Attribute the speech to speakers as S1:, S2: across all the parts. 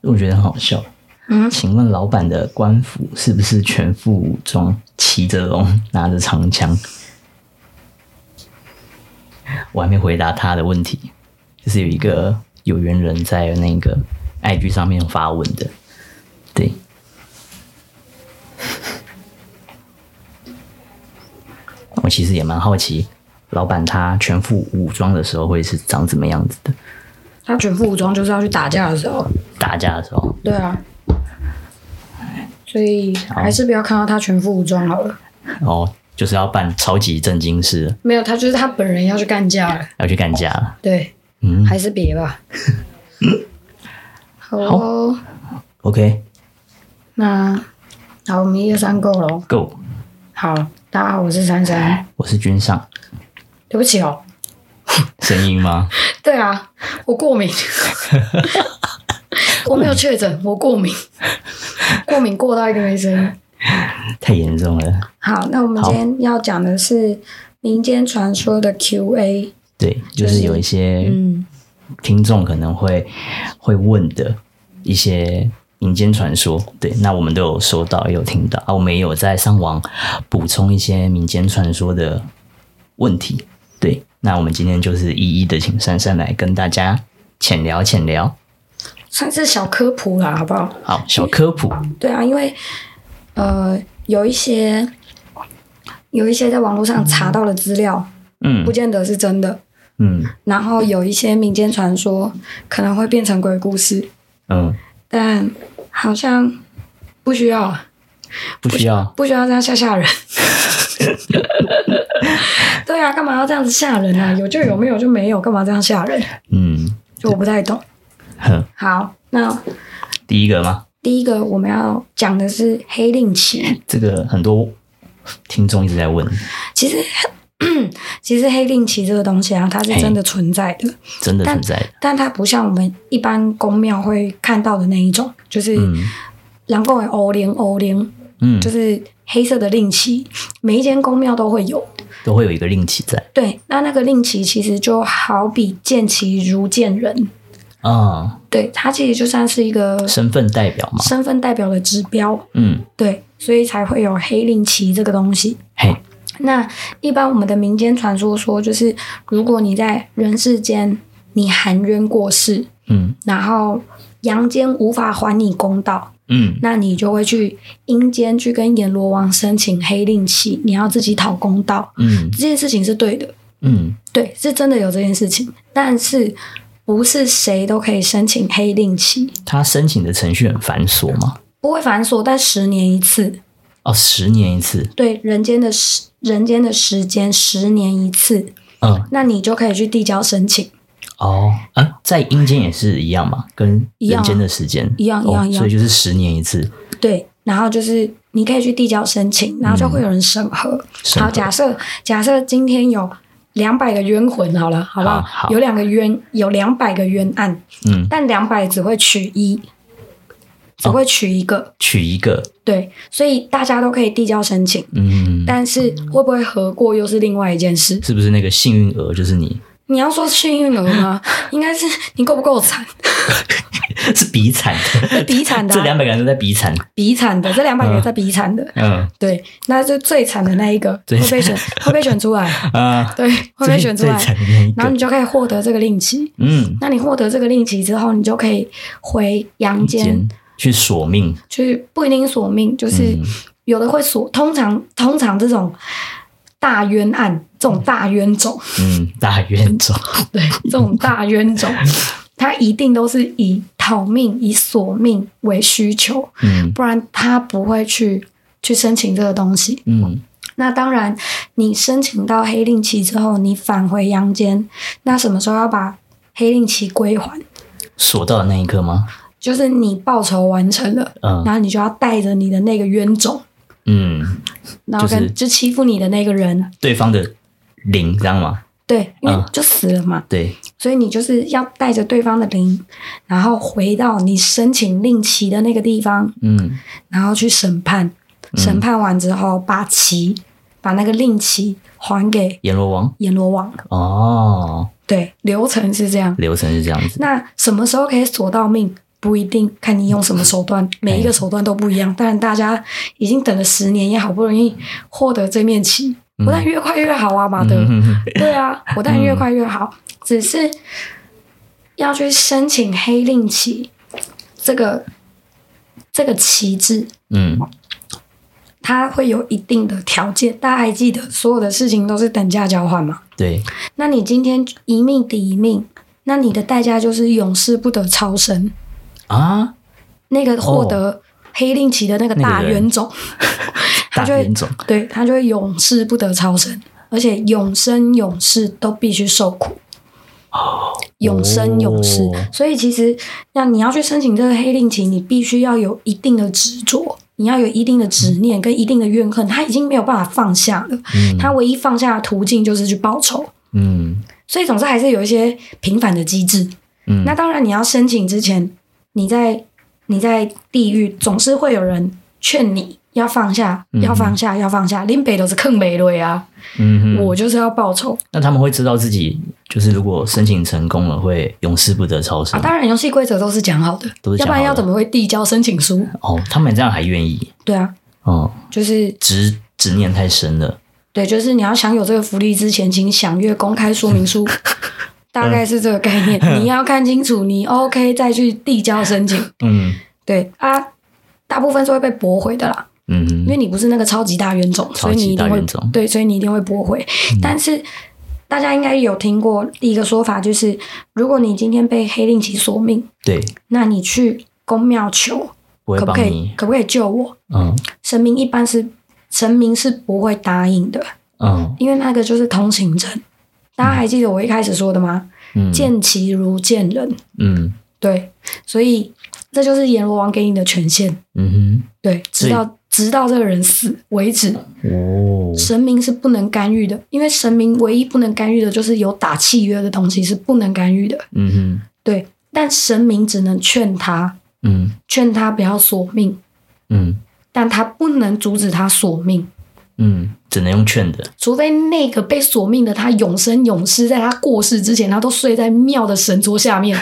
S1: 我觉得很好笑。
S2: 嗯
S1: 请问老板的官服是不是全副武装，骑着龙，拿着长枪？我还没回答他的问题，就是有一个有缘人在那个 IG 上面发文的，对，我其实也蛮好奇，老板他全副武装的时候会是长怎么样子的？
S2: 他全副武装就是要去打架的时候，
S1: 打架的时候，
S2: 对啊，所以还是不要看到他全副武装好了。
S1: 哦，就是要办超级震惊式，
S2: 没有，他就是他本人要去干架了，
S1: 要去干架了。
S2: 对，
S1: 嗯
S2: 还是别吧。好哦，
S1: ，OK，Go，、
S2: 那好，我们一二三够了哦。好，大家好，我是珊珊。
S1: 我是君上，
S2: 对不起哦，
S1: 声音吗？
S2: 对啊，我过敏，我没有确诊，我过敏，过敏过到一个没声音。
S1: 太严重了。
S2: 好，那我们
S1: 好
S2: 今天要讲的是民间传说的 Q&A。
S1: 对，就是有一些
S2: 嗯，
S1: 听众可能会会问的一些民间传说，对，那我们都有收到，也有听到啊，我们也有在上网补充一些民间传说的问题，对，那我们今天就是一一的请珊珊来跟大家浅聊浅聊，
S2: 算是小科普啦，好不好？
S1: 好，小科普，
S2: 对啊，因为呃，有一些有一些在网络上查到的资料，
S1: 嗯
S2: 不见得是真的。
S1: 嗯
S2: 然后有一些民间传说可能会变成鬼故事，
S1: 嗯，
S2: 但好像不需要，啊
S1: 不需要，
S2: 不需要这样吓 吓人。对啊，干嘛要这样子吓人啊？有就有，没有就没有，干嘛这样吓人？
S1: 嗯，
S2: 就我不太懂。
S1: 哼，
S2: 好，那
S1: 第一个吗？
S2: 第一个我们要讲的是黑令旗。
S1: 这个很多听众一直在问，
S2: 其实， 其实黑令旗这个东西啊，它是真的存在的，
S1: 真的存在的，
S2: 但它不像我们一般宫庙会看到的那一种，就是
S1: 嗯
S2: 狼狗的欧灵欧灵，
S1: 嗯
S2: 就，是黑色的令旗，每一间宫庙都会有。
S1: 都会有一个令旗在
S2: 对，那那个令旗其实就好比见旗如见人，
S1: 啊，
S2: 对，它其实就算是一个
S1: 身份代表嘛，
S2: 身份代表的指标，
S1: 嗯，
S2: 对，所以才会有黑令旗这个东西。
S1: 嘿，
S2: 那一般我们的民间传说说，就是如果你在人世间你含冤过世，
S1: 嗯
S2: 然后阳间无法还你公道，
S1: 嗯
S2: 那你就会去阴间去跟阎罗王申请黑令旗，你要自己讨公道。
S1: 嗯
S2: 这件事情是对的，
S1: 嗯
S2: 对，是真的有这件事情，但是不是谁都可以申请黑令旗，
S1: 他申请的程序很繁琐吗？
S2: 不会繁琐，但十年一次。
S1: 哦，十年一次，
S2: 对人间的时人间的时间十年一次，
S1: 嗯，
S2: 那你就可以去递交申请。
S1: 哦，啊，在阴间也是一样嘛，跟
S2: 一
S1: 人
S2: 样啊
S1: 间的时间
S2: 一样一样
S1: 哦
S2: 一样
S1: 所以就是十年一次，
S2: 对，然后就是你可以去递交申请，然后就会有人审核。
S1: 嗯审
S2: 好，
S1: 核
S2: 假设假设今天有两百个冤魂，好了，好不好？
S1: 好好
S2: 有两个冤，有两百个冤案，
S1: 嗯，
S2: 但两百只会取一，只会取一个。
S1: 取一个，
S2: 对，所以大家都可以递交申请，
S1: 嗯，
S2: 但是会不会合过又是另外一件事。
S1: 是不是那个幸运儿就是你？
S2: 你要说幸运儿吗？应该是你够不 够惨，
S1: 是比惨 的，
S2: 比惨的
S1: 这
S2: 啊、
S1: 两百个人都在比惨，
S2: 比惨的，这两百个在比惨的。
S1: 嗯
S2: 对，那就最惨的那一个
S1: 最
S2: 会被选，会被选出来。
S1: 啊，
S2: 对，会被
S1: 最
S2: 选出来
S1: 最，惨的那一
S2: 然后
S1: 个
S2: 你，就可以获得这个令旗。
S1: 嗯，
S2: 那你获得这个令旗之后，你就可以回阳间
S1: 间去索命，
S2: 去，不一定索命，就是
S1: 嗯
S2: 有的会索。通常通常这种大冤案，这种大冤 种，
S1: 嗯，大冤种，
S2: 对，这种大冤 种，它一定都是以讨命、以索命为需求，
S1: 嗯
S2: 不然他不会去去申请这个东西。
S1: 嗯
S2: 那当然，你申请到黑令旗之后，你返回阳间，那什么时候要把黑令旗归还？
S1: 索到的那一刻吗？
S2: 就是你报仇完成了，
S1: 嗯
S2: 然后你就要带着你的那个冤种，
S1: 嗯，
S2: 然后跟、
S1: 就是
S2: 就欺负你的那个人，
S1: 对方的灵，知道吗？
S2: 对，因为
S1: 嗯
S2: 就死了嘛，
S1: 对，
S2: 所以你就是要带着对方的灵，然后回到你申请令旗的那个地方，
S1: 嗯
S2: 然后去审判，审判完之后把旗，把那个令旗还给
S1: 阎罗王
S2: 阎罗王。
S1: 哦，
S2: 对，流程是这样。
S1: 流程是这样子，
S2: 那什么时候可以索到命？不一定，看你用什么手段，每一个手段都不一样。但大家已经等了十年，也好不容易获得这面旗，我当然越快越好啊，马德。
S1: 嗯哼哼
S2: 对啊，我当然越快越好，只是要去申请黑令旗这个这个旗帜，
S1: 嗯，
S2: 它会有一定的条件。大家还记得，所有的事情都是等价交换嘛？
S1: 对，
S2: 那你今天一命抵一命，那你的代价就是永世不得超生。
S1: 啊，
S2: 那个获得黑令旗的那个大冤种，他
S1: 大
S2: 就会
S1: 冤种
S2: 对他就会永世不得超生，而且永生永世都必须受苦。永生永世，
S1: 哦
S2: 所以其实那你要去申请这个黑令旗，你必须要有一定的执着，你要有一定的执念跟一定的怨恨，他已经没有办法放下了。
S1: 嗯
S2: 他唯一放下的途径就是去报仇，
S1: 嗯
S2: 所以总之还是有一些平反的机制。
S1: 嗯，
S2: 那当然，你要申请之前，你在你在地狱总是会有人劝你要放下，
S1: 嗯
S2: 要放下，要放下。林北都是坑北瑞啊，
S1: 嗯哼
S2: 我就是要报仇
S1: 那他们会知道自己就是如果申请成功了，会永世不得超
S2: 啊！
S1: 生、
S2: 当然，游戏规则都是讲好的，
S1: 都是讲
S2: 要不
S1: 好的
S2: 然要怎么会递交申请书？
S1: 哦。他们这样还愿意
S2: 对啊，
S1: 哦，
S2: 就是
S1: 执执念太深了。
S2: 对，就是你要享有这个福利之前，请详阅公开说 明书。大概是这个概念，你要看清楚，你 OK 再去递交申请。
S1: 嗯
S2: 对啊，大部分是会被驳回的啦。
S1: 嗯
S2: 因为
S1: 哼，
S2: 你不是那个超级大冤种，
S1: 超
S2: 所以你
S1: 级
S2: 一
S1: 大
S2: 定会
S1: 冤种嗯
S2: 对，所以你一定会驳回。但是大家应该有听过一个说法，就是如果你今天被黑令旗索命，
S1: 对，
S2: 那你去公庙求，
S1: 不会
S2: 可不
S1: 帮
S2: 可以
S1: 你。
S2: 可不可以救我？
S1: 嗯
S2: 神明一般是神明是不会答应的，
S1: 嗯
S2: 因为那个就是通行证。大家还记得我一开始说的吗？
S1: 嗯，
S2: 见其如见人，
S1: 嗯
S2: 对，所以这就是阎罗王给你的权限，
S1: 嗯
S2: 对，直
S1: 所以
S2: 到直到这个人死为止。
S1: 哼，哦，
S2: 神明是不能干预的，因为神明唯一不能干预的就是有打契约的东西是不能干预的。
S1: 嗯哼，
S2: 对，但神明只能劝他，
S1: 嗯
S2: 劝他不要索命，
S1: 嗯
S2: 但他不能阻止他索命，
S1: 嗯，只能用劝的。
S2: 除非那个被索命的他永生永世，在他过世之前，他都睡在庙的神桌下面，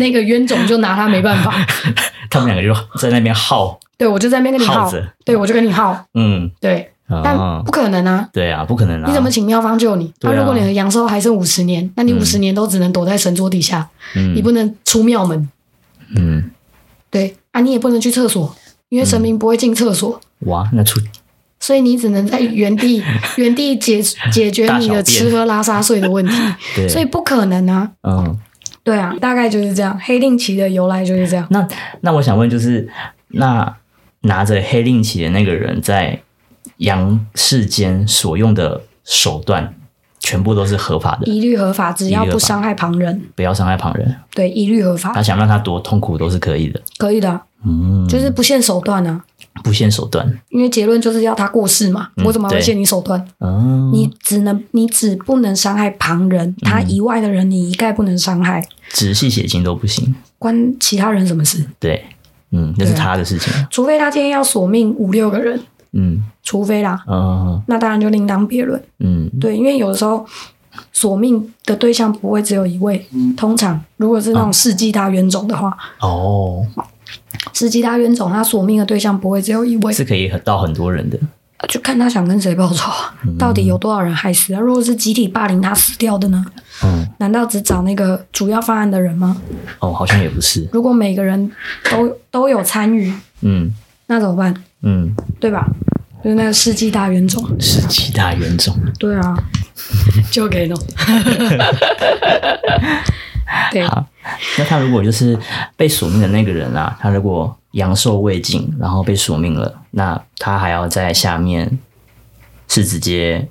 S2: 那个冤种就拿他没办法。
S1: 他们两个就在那边耗。
S2: 对，我就在那边跟你
S1: 耗
S2: 耗
S1: 着，
S2: 对我就跟你耗，
S1: 嗯
S2: 对，但
S1: 啊
S2: 不，可能啊。
S1: 对啊，不可能啊。
S2: 你怎么请妙方救你？那、
S1: 对啊
S2: 如果你的阳寿还剩五十年，那你
S1: 嗯
S2: 五十年都只能躲在神桌底下，
S1: 嗯
S2: 你不能出庙门，
S1: 嗯
S2: 对啊，你也不能去厕所，因为神明不会进厕所，
S1: 哇？那出
S2: 所以你只能在 原地原地解解决你
S1: 大小
S2: 的
S1: 便
S2: 吃喝拉撒睡的问题，
S1: 对，
S2: 所以不可能啊。
S1: 嗯，
S2: 对啊，大概就是这样。黑令旗的由来就是这样。
S1: 那那我想问，就是那拿着黑令旗的那个人在阳世间所用的手段，全部都是合法的，
S2: 一律合法，只要不伤害旁人，
S1: 不要伤害旁人。
S2: 对，一律合法
S1: 他，想让他多痛苦都是可以的，
S2: 可以的啊，
S1: 嗯，
S2: 就是不限手段啊。
S1: 不限手段。
S2: 因为结论就是要他过世嘛，
S1: 嗯
S2: 我怎么会
S1: 对
S2: 限你手段？
S1: 嗯，
S2: 你只能，你只不能伤害旁人，他以外的人你一概不能伤害，
S1: 直系血亲都不行，
S2: 关其他人什么事？
S1: 对，嗯，那是
S2: 对啊
S1: 他的事情。
S2: 除非他今天要索命五六个人，
S1: 嗯
S2: 除非啦，
S1: 嗯
S2: 那当然就另当别论。
S1: 嗯
S2: 对，因为有的时候索命的对象不会只有一位，通常如果是那种世纪大冤种的话，
S1: 嗯哦，
S2: 世纪大冤种他索命的对象不会只有一位，
S1: 是可以到很多人的。
S2: 就看他想跟谁报仇啊，
S1: 嗯
S2: 到底有多少人害死啊？如果是集体霸凌他死掉的呢？
S1: 嗯，
S2: 难道只找那个主要犯案的人吗？
S1: 哦，好像也不是。
S2: 如果每个人都都有参与，
S1: 嗯
S2: 那怎么办？
S1: 嗯，
S2: 对吧？就是那个世纪大冤种，
S1: 是七大冤种。
S2: 对啊，就给弄。 对，
S1: 好，那他如果就是被索命的那个人啊，他如果阳寿未尽，然后被索命了，那他还要在下面是直接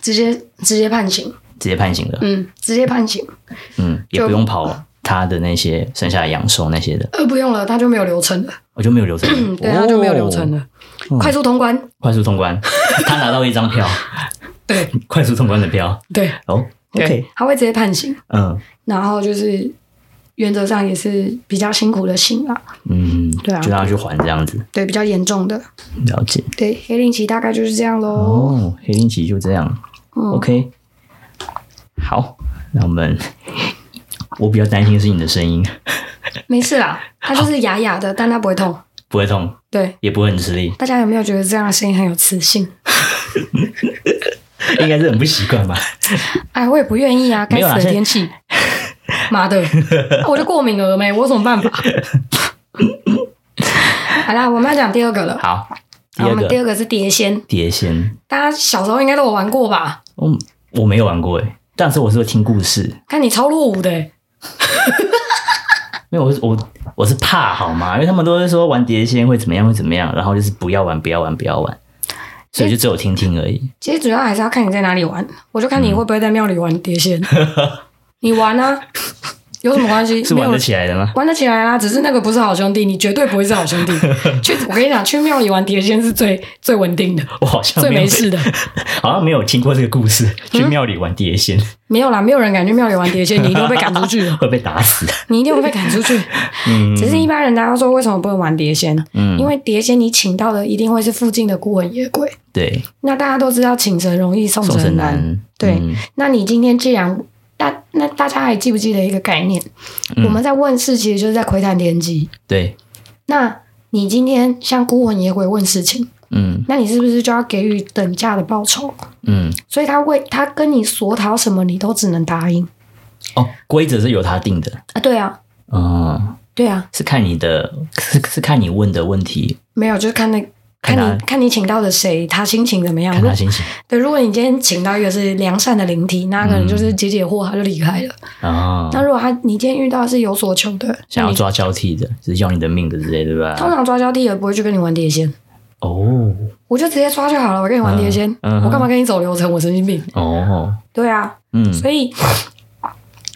S2: 直接直接判刑，
S1: 直接判刑的，
S2: 嗯，直接判刑，
S1: 嗯，也
S2: 就
S1: 不用跑他的那些剩下的阳寿那些的，
S2: 呃，不用了，他就没有流程了，
S1: 我就没有流程
S2: 嗯，，对，他就没有流程
S1: 哦，
S2: 了，快速通关，
S1: 快速通 关，他拿到一张票，
S2: 对
S1: 快速通关的票，
S2: 对
S1: 哦
S2: 对
S1: ，OK，，
S2: 他会直接判刑，
S1: 嗯
S2: 然后就是原则上也是比较辛苦的刑啊，
S1: 嗯，
S2: 对啊
S1: 就让他去还这样子，
S2: 对，比较严重的，
S1: 了解，
S2: 对，黑令旗大概就是这样喽，
S1: 哦，黑灵旗就这样，
S2: 嗯，
S1: OK，好，那我们我比较担心的是你的声音，
S2: 没事啦，它就是哑哑的，但它不会痛。
S1: 不会痛，
S2: 对，
S1: 也不会很吃力，
S2: 大家有没有觉得这样的声音很有磁性？
S1: 应该是很不习惯吧？
S2: 哎，我也不愿意啊，该
S1: 没有
S2: 死
S1: 啦
S2: 的
S1: 现
S2: 天气， 妈的，啊我就过敏了没，我有什么办法？ 好啦，我们要讲第二个了。
S1: 好，第
S2: 好我
S1: 二
S2: 们第
S1: 个
S2: 二个是碟仙，
S1: 碟仙，
S2: 大家小时候应该都有玩过吧？
S1: 嗯，我没有玩过诶，但是我是会听故事，
S2: 看你超落伍的欸、
S1: 因为我是我我是怕好吗？因为他们都是说玩碟仙会怎么样会怎么样，然后就是不要玩不要玩不要玩，所以就只有听听而已。
S2: 其实主要还是要看你在哪里玩，我就看你会不会在庙里玩碟仙。你玩啊，有什么关系？
S1: 嗯 是
S2: 没
S1: 玩
S2: 有
S1: 得起来的吗？
S2: 玩得起来啦，啊只是那个不是好兄弟，你绝对不会是 好兄弟。去，我跟你讲，去庙里玩碟仙是最最稳定的，
S1: 我好像
S2: 最
S1: 没有
S2: 没事的。
S1: 好像没有听过这个故事， 去庙里玩碟仙、，
S2: 没有啦，没有人敢去庙里玩碟仙，你一定会被赶出 去的
S1: 会被打死。
S2: 你一定会被赶出去。只是一般人大家说为什么不能玩碟仙？因为碟仙你请到的一定会是附近的孤魂野鬼。
S1: 对，
S2: 那大家都知道请神容易送
S1: 宋
S2: 神
S1: 神
S2: 难，
S1: 男，
S2: 对，
S1: 嗯
S2: 那你今天既然大那大家还记不记得一个概念？我们在问事其实就是在窥探天机。
S1: 对，
S2: 那你今天向孤魂野鬼问事情，
S1: 嗯
S2: 那你是不是就要给予等价的报酬？
S1: 嗯，
S2: 所以他为他跟你索讨什么，你都只能答应
S1: 哦，规则是由他定的，
S2: 啊。对啊，
S1: 嗯，
S2: 对啊，
S1: 是看你的，是是看你问的问题，
S2: 没有，就是看那看
S1: 看他
S2: 你看你请到的谁，他心情怎么样。
S1: 看
S2: 如
S1: 他心情
S2: 对，如果你今天请到一个是良善的灵体，那可能就是解解惑，他就离开了。
S1: 啊，
S2: 那如果他你今天遇到的是有所求的，
S1: 想要抓交替的，就是要你的命的之类的，对
S2: 通
S1: 吧？
S2: 常抓交替也不会去跟你玩碟仙。
S1: 哦
S2: 我就直接刷就好了，我跟你玩碟仙，
S1: 嗯嗯
S2: 我干嘛跟你走流程？我神经病。
S1: 哦，
S2: 对啊，
S1: 嗯
S2: 所以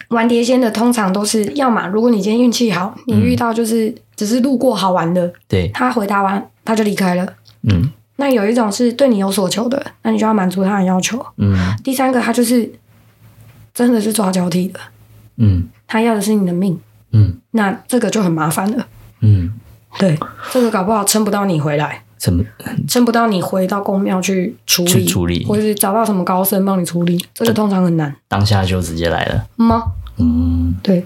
S2: 玩碟仙的通常都是，要么如果你今天运气好，你遇到就是、只是路过好玩的，
S1: 对，
S2: 他回答完他就离开了。
S1: 嗯
S2: 那有一种是对你有所求的，那你就要满足他的要求。
S1: 嗯
S2: 第三个，他就是真的是抓交替的，
S1: 嗯
S2: 他要的是你的命，
S1: 嗯
S2: 那这个就很麻烦了。
S1: 嗯，
S2: 对，这个搞不好撑不到你回来，
S1: 怎么
S2: 撑不到你回到宫庙去处理，
S1: 嗯去处理
S2: 或者是找到什么高僧帮你处理，这个通常很难
S1: 当下就直接来了？
S2: 吗？
S1: 嗯，
S2: 对，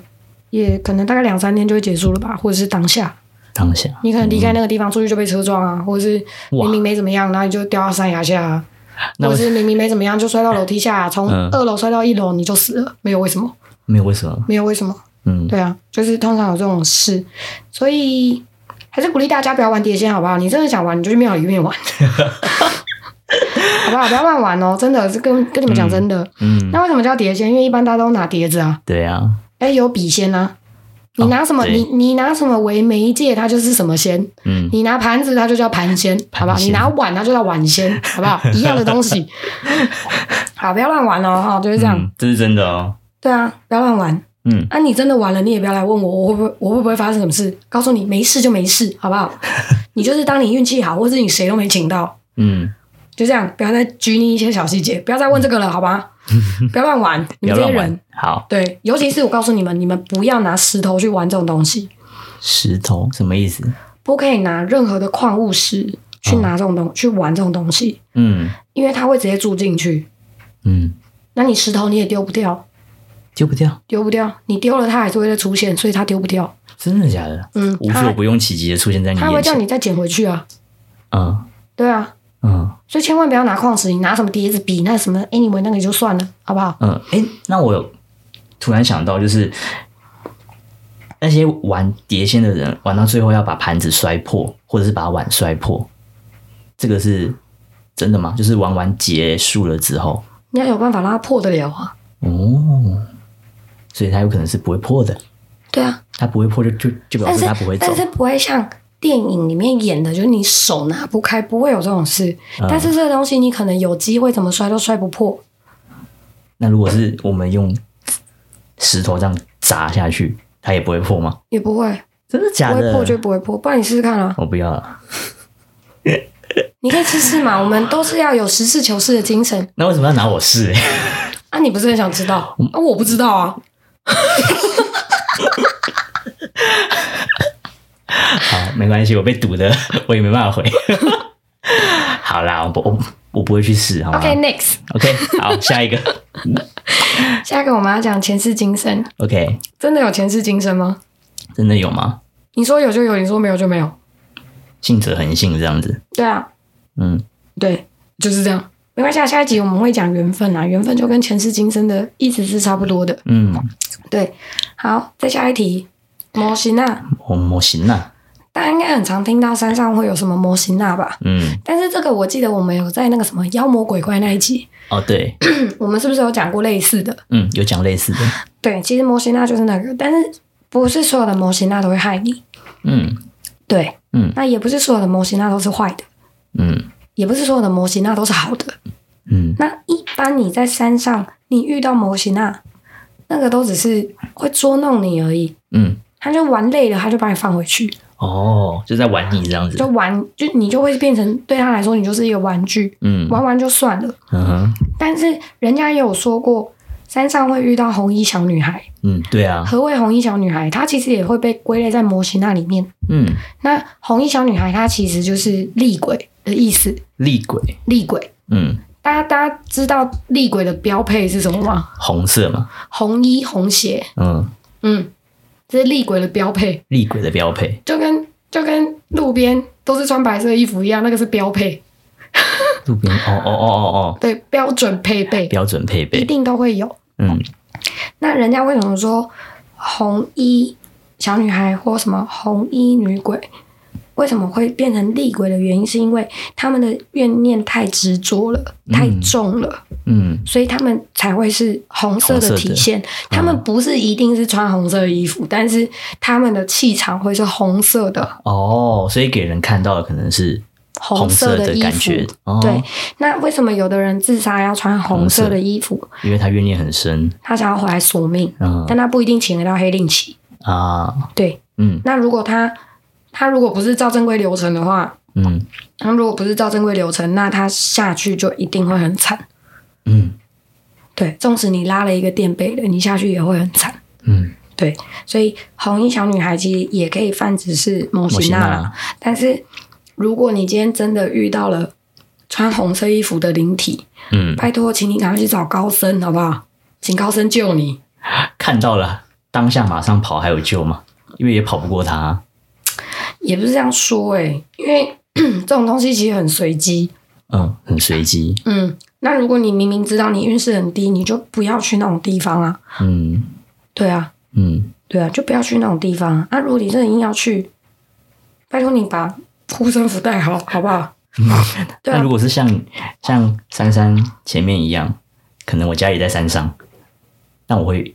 S2: 也可能大概两三天就会结束了吧，或者是当下，
S1: 当下
S2: 你可能离开那个地方出去就被车撞啊，或者是
S1: 哇
S2: 明明没怎么样，然后你就掉到山崖下、啊，
S1: 那
S2: 或
S1: 为
S2: 者是明明没怎么样就摔到楼梯下、啊从
S1: 嗯
S2: 二楼摔到一楼你就死了，没有为什么，
S1: 没有为什么，
S2: 没有为什么，
S1: 嗯，
S2: 对啊，就是通常有这种事，所以还是鼓励大家不要玩碟仙，好不好？你真的想玩，你就去庙里面玩， 好不好？不要乱玩哦，真的是跟跟你们讲真的。
S1: 嗯，
S2: 那为什么叫碟仙？因为一般大家都拿碟子啊，
S1: 对啊，
S2: 哎，有笔仙啊。你拿什么？
S1: 哦对
S2: 你你拿什么为媒介，它就是什么仙。
S1: 嗯
S2: 你拿盘子，它就叫盘仙，好不好？你拿碗，它就叫碗仙，好不好？一样的东西。好，不要乱玩哦，哈，就是这样。
S1: 嗯，这是真的哦，
S2: 对啊，不要乱玩。
S1: 嗯，
S2: 啊，你真的完了，你也不要来问我，我会不会我会不会发生什么事？告诉你，没事就没事，好不好？ 你就是当你运气好，或是你谁都没请到，
S1: 嗯，
S2: 就这样，不要再拘泥一些小细节，不要再问这个了，好吧？不要乱玩，
S1: 不
S2: 你们
S1: 要
S2: 这些
S1: 乱
S2: 人
S1: 玩，，好，
S2: 对，尤其是我告诉你们，你们不要拿石头去玩这种东西，
S1: 石头什么意思？
S2: 不可以拿任何的矿物石去拿这种东、去玩这种东西，
S1: 嗯
S2: 因为它会直接住进去。
S1: 嗯，
S2: 那你石头你也丢不掉，
S1: 丢不掉，
S2: 丢不掉，你丢了它还是会再出现，所以它丢不掉。
S1: 真的假的？
S2: 嗯，
S1: 无所
S2: 它
S1: 不用其极的出现在你
S2: 它会
S1: 眼
S2: 叫
S1: 前，
S2: 你再捡回去啊，
S1: 嗯
S2: 对啊。
S1: 嗯
S2: 所以千万不要拿矿石，你拿什么碟子比那什么 anyway 那个也就算了，好不好？
S1: 嗯，哎，那我有突然想到，就是那些玩碟仙的人，玩到最后要把盘子摔破，或者是把碗摔破，这个是真的吗？就是玩完结束了之后，
S2: 你要有办法让它破得了啊。
S1: 哦，所以它有可能是不会破的，
S2: 对啊，
S1: 它不会破就就就表
S2: 但
S1: 示
S2: 是
S1: 它不会走
S2: 但，是不会像电影里面演的，就是你手拿不开，不会有这种事。
S1: 嗯
S2: 但是这个东西你可能有机会怎么摔都摔不破，
S1: 那如果是我们用石头这样砸下去，它也不会破吗？
S2: 也不会
S1: 真的
S2: 不
S1: 假
S2: 会
S1: 的
S2: 破？就不会破，不然你试试看啊，
S1: 我不要了。
S2: 你可以试试 嘛。我们都是要有实事求是的精神
S1: 那为什么要拿我试、
S2: 啊。你不是很想知道啊？我不知道啊。
S1: 好，没关系，我被堵的， 我也没办法回。好啦，我不我我不会去试，
S2: 啊
S1: 好吗
S2: OK，next，、
S1: OK，好，下一个
S2: 下一个我们要讲前世今生，
S1: OK，
S2: 真的有前世今生吗？
S1: 真的有吗？
S2: 你说有就有，你说没有就没有。
S1: 信者恒信这样子，
S2: 对啊，
S1: 嗯，
S2: 对，就是这样。没关系，啊，下一集我们会讲缘分啊，缘分就跟前世今生的意思是差不多的。
S1: 嗯，
S2: 对，好，再下一题，模型啊，
S1: 我啊模型呐，
S2: 大家应该很常听到山上会有什么模型啊吧？
S1: 嗯，
S2: 但是这个我记得我们有在那个什么妖魔鬼怪那一集，
S1: 哦对，
S2: 我们是不是有讲过类似的？
S1: 嗯，有讲类似的，
S2: 对，其实模型那就是那个，但是不是所有的模型那都会害你。
S1: 嗯
S2: 对，
S1: 嗯
S2: 那也不是所有的模型那都是坏的，
S1: 嗯
S2: 也不是所有的模型那都是好的。
S1: 嗯，
S2: 那一般你在山上，你遇到模型啊，那个都只是会捉弄你而已。
S1: 嗯，
S2: 他就玩累了，他就把你放回去，
S1: 哦，就在玩你这样子
S2: 就，玩，就你就会变成对他来说，你就是一个玩具，
S1: 嗯
S2: 玩完就算了。
S1: 嗯哼，
S2: 但是人家也有说过，山上会遇到红衣小女孩。
S1: 嗯，对啊，
S2: 何谓红衣小女孩？她其实也会被归类在模型那里面。
S1: 嗯，
S2: 那红衣小女孩她其实就是厉鬼的意思，
S1: 厉鬼，
S2: 厉鬼。
S1: 嗯，
S2: 大家大家知道厉鬼的标配是什么吗？
S1: 红色嘛，
S2: 红衣红鞋，
S1: 嗯，
S2: 嗯，这是厉鬼的标配，
S1: 厉鬼的标配，
S2: 就跟就跟路边都是穿白色衣服一样，那个是标配，
S1: 路边，哦哦哦哦哦，
S2: 对，标准配备，
S1: 标准配
S2: 一
S1: 备，
S2: 定都会有。
S1: 嗯
S2: 那人家为什么说红衣小女孩或什么红衣女鬼，为什么会变成厉鬼的原因，是因为他们的怨念太执着了，太重了，
S1: 嗯
S2: 所以他们才会是红色的体现。嗯他们不是一定是穿红色的衣服，但是他们的气场会是红色的，
S1: 哦，所以给人看到的可能是
S2: 红色
S1: 的
S2: 衣
S1: 感
S2: 服。
S1: 觉，哦，
S2: 对，那为什么有的人自杀要穿红色的衣服？
S1: 因为他怨念很深，
S2: 他想要回来索命，
S1: 嗯
S2: 但他不一定请得到黑令旗。
S1: 啊，
S2: 对，
S1: 嗯
S2: 那如果他他如果不是照正规流程的话，
S1: 嗯
S2: 他如果不是照正规流程，那他下去就一定会很惨。
S1: 嗯
S2: 对，纵使你拉了一个垫背的，你下去也会很惨。
S1: 嗯，
S2: 对，所以红衣小女孩其实也可以泛指是摩
S1: 莫
S2: 西
S1: 西
S2: 娜
S1: 娜
S2: 啦，，但是如果你今天真的遇到了穿红色衣服的灵体，
S1: 嗯，
S2: 拜托，请你赶快去找高僧，好不好？请高僧救你。
S1: 看到了，当下马上跑还有救吗？因为也跑不过他啊，
S2: 也不是这样说诶、因为 这种东西其实很随机。
S1: 嗯，很随机，
S2: 嗯，那如果你明明知道你运势很低，你就不要去那种地方啊。
S1: 嗯
S2: 对啊，
S1: 嗯
S2: 对啊，就不要去那种地方啊。啊如果你真的硬要去，拜托你把护身符带好，好不 好？对
S1: 那
S2: 啊
S1: 如，果是像像珊珊前面一样，可能我家也在山上，但我会，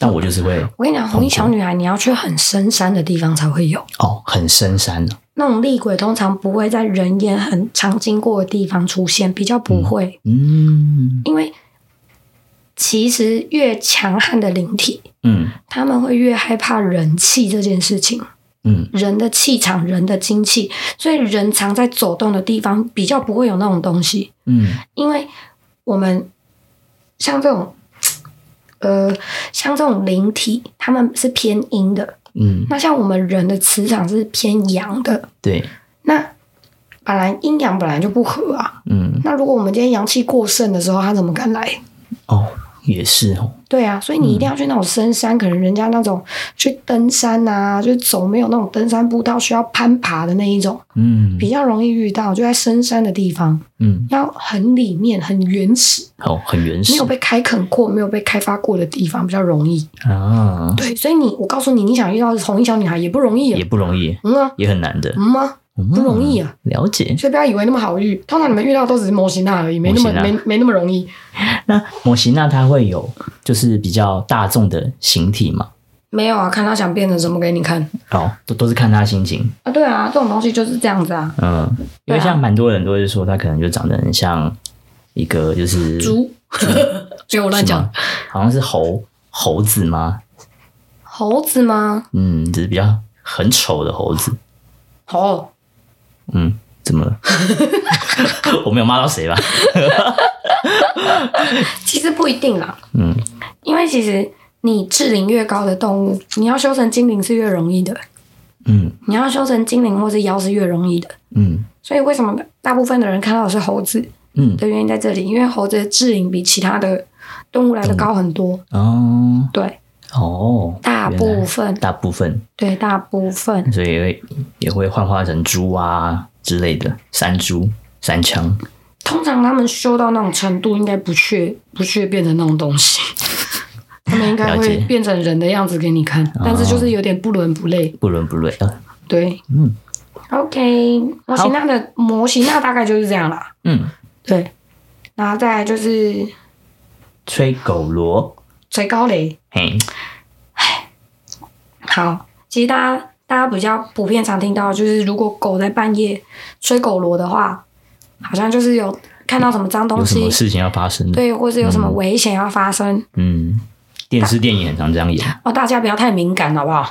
S1: 但我就是会
S2: 我跟你讲，红衣小女孩，你要去很深山的地方才会有。
S1: 哦，很深山哦
S2: 那种厉鬼通常不会在人烟很常经过的地方出现，比较不会。
S1: 嗯
S2: 因为其实越强悍的灵体，
S1: 嗯
S2: 他们会越害怕人气这件事情，
S1: 嗯
S2: 人的气场、人的精气，所以人常在走动的地方比较不会有那种东西，
S1: 嗯
S2: 因为我们像这种。呃，像这种灵体，他们是偏阴的。
S1: 嗯，
S2: 那像我们人的磁场是偏阳的。
S1: 对，
S2: 那本来阴阳本来就不合啊。
S1: 嗯
S2: 那如果我们今天阳气过盛的时候，他怎么敢来？
S1: 哦，也是哦，
S2: 对啊，所以你一定要去那种深山，可能人家那种去登山啊，就走没有那种登山步道需要攀爬的那一种，
S1: 嗯
S2: 比较容易遇到，就在深山的地方，
S1: 嗯，
S2: 要很里面、很原始，
S1: 哦，很原
S2: 没
S1: 始
S2: 有被开垦过、没有被开发过的地方比较容易。
S1: 啊，
S2: 对，所以你，我告诉你，你想遇到红衣小女孩哦也不容易、
S1: 也
S2: 啊，
S1: 不容易，
S2: 嗯啊，
S1: 也很难的，
S2: 嗯啊，不容易啊。
S1: 了解。
S2: 所以不要以为那么好遇，通常你们遇到都只是模型那而已，没那
S1: 模
S2: 么
S1: 型啊
S2: 没没那么容易，
S1: 那模型那它会有就是比较大众的形体嘛？
S2: 没有啊，看他想变成什么给你看
S1: 哦，都都是看他心情。
S2: 啊，对啊，这种东西就是这样子啊，
S1: 嗯，因
S2: 对
S1: 为
S2: 啊
S1: 像蛮多人都会说他可能就长得很像一个就是
S2: 猪，所以我乱
S1: 是
S2: 讲
S1: 吗。？好像是猴猴子吗？
S2: 猴子吗？
S1: 嗯，只是比较很丑的猴子。
S2: 猴
S1: 嗯，怎 么了？ 我没有骂到谁吧？
S2: 其实不一定啦，
S1: 嗯，
S2: 因为其实你智灵越高的动物，你要修成精灵是越容易的，
S1: 嗯
S2: 你要修成精灵或是妖是越容易的。
S1: 嗯
S2: 所以为什么大部分的人看到的是猴子
S1: 嗯，
S2: 的原因在这里，因为猴子的智灵比其他的动物来的高很多。
S1: 哦
S2: 对，
S1: 哦，
S2: 大
S1: 原来
S2: 部分
S1: 大部分，
S2: 对大部分
S1: 所以也会也会幻化成猪啊之类的山猪、山枪。
S2: 通常他们修到那种程度，应该不屑不屑变成那种东 西，他们应该
S1: 了
S2: 会
S1: 解哦
S2: 变成人的样子给你看，但是就是有点不伦不类。
S1: 不伦不类啊。
S2: 对，
S1: 嗯
S2: ，OK，模型那的模型那大概就是这样啦。
S1: 嗯，
S2: 对，然后再来就是
S1: 吹狗螺，
S2: 锤高雷。
S1: 嘿，
S2: 好，其实大家大家比较普遍常听到的就是，如果狗在半夜吹狗螺的话，好像就是有看到什么脏东
S1: 有什
S2: 西
S1: 么，事情嗯要发生？，
S2: 对，哦或是有什么危险要发生。
S1: 嗯，电视电影很常这样演。
S2: 哦，大家不要太敏感，好不 好？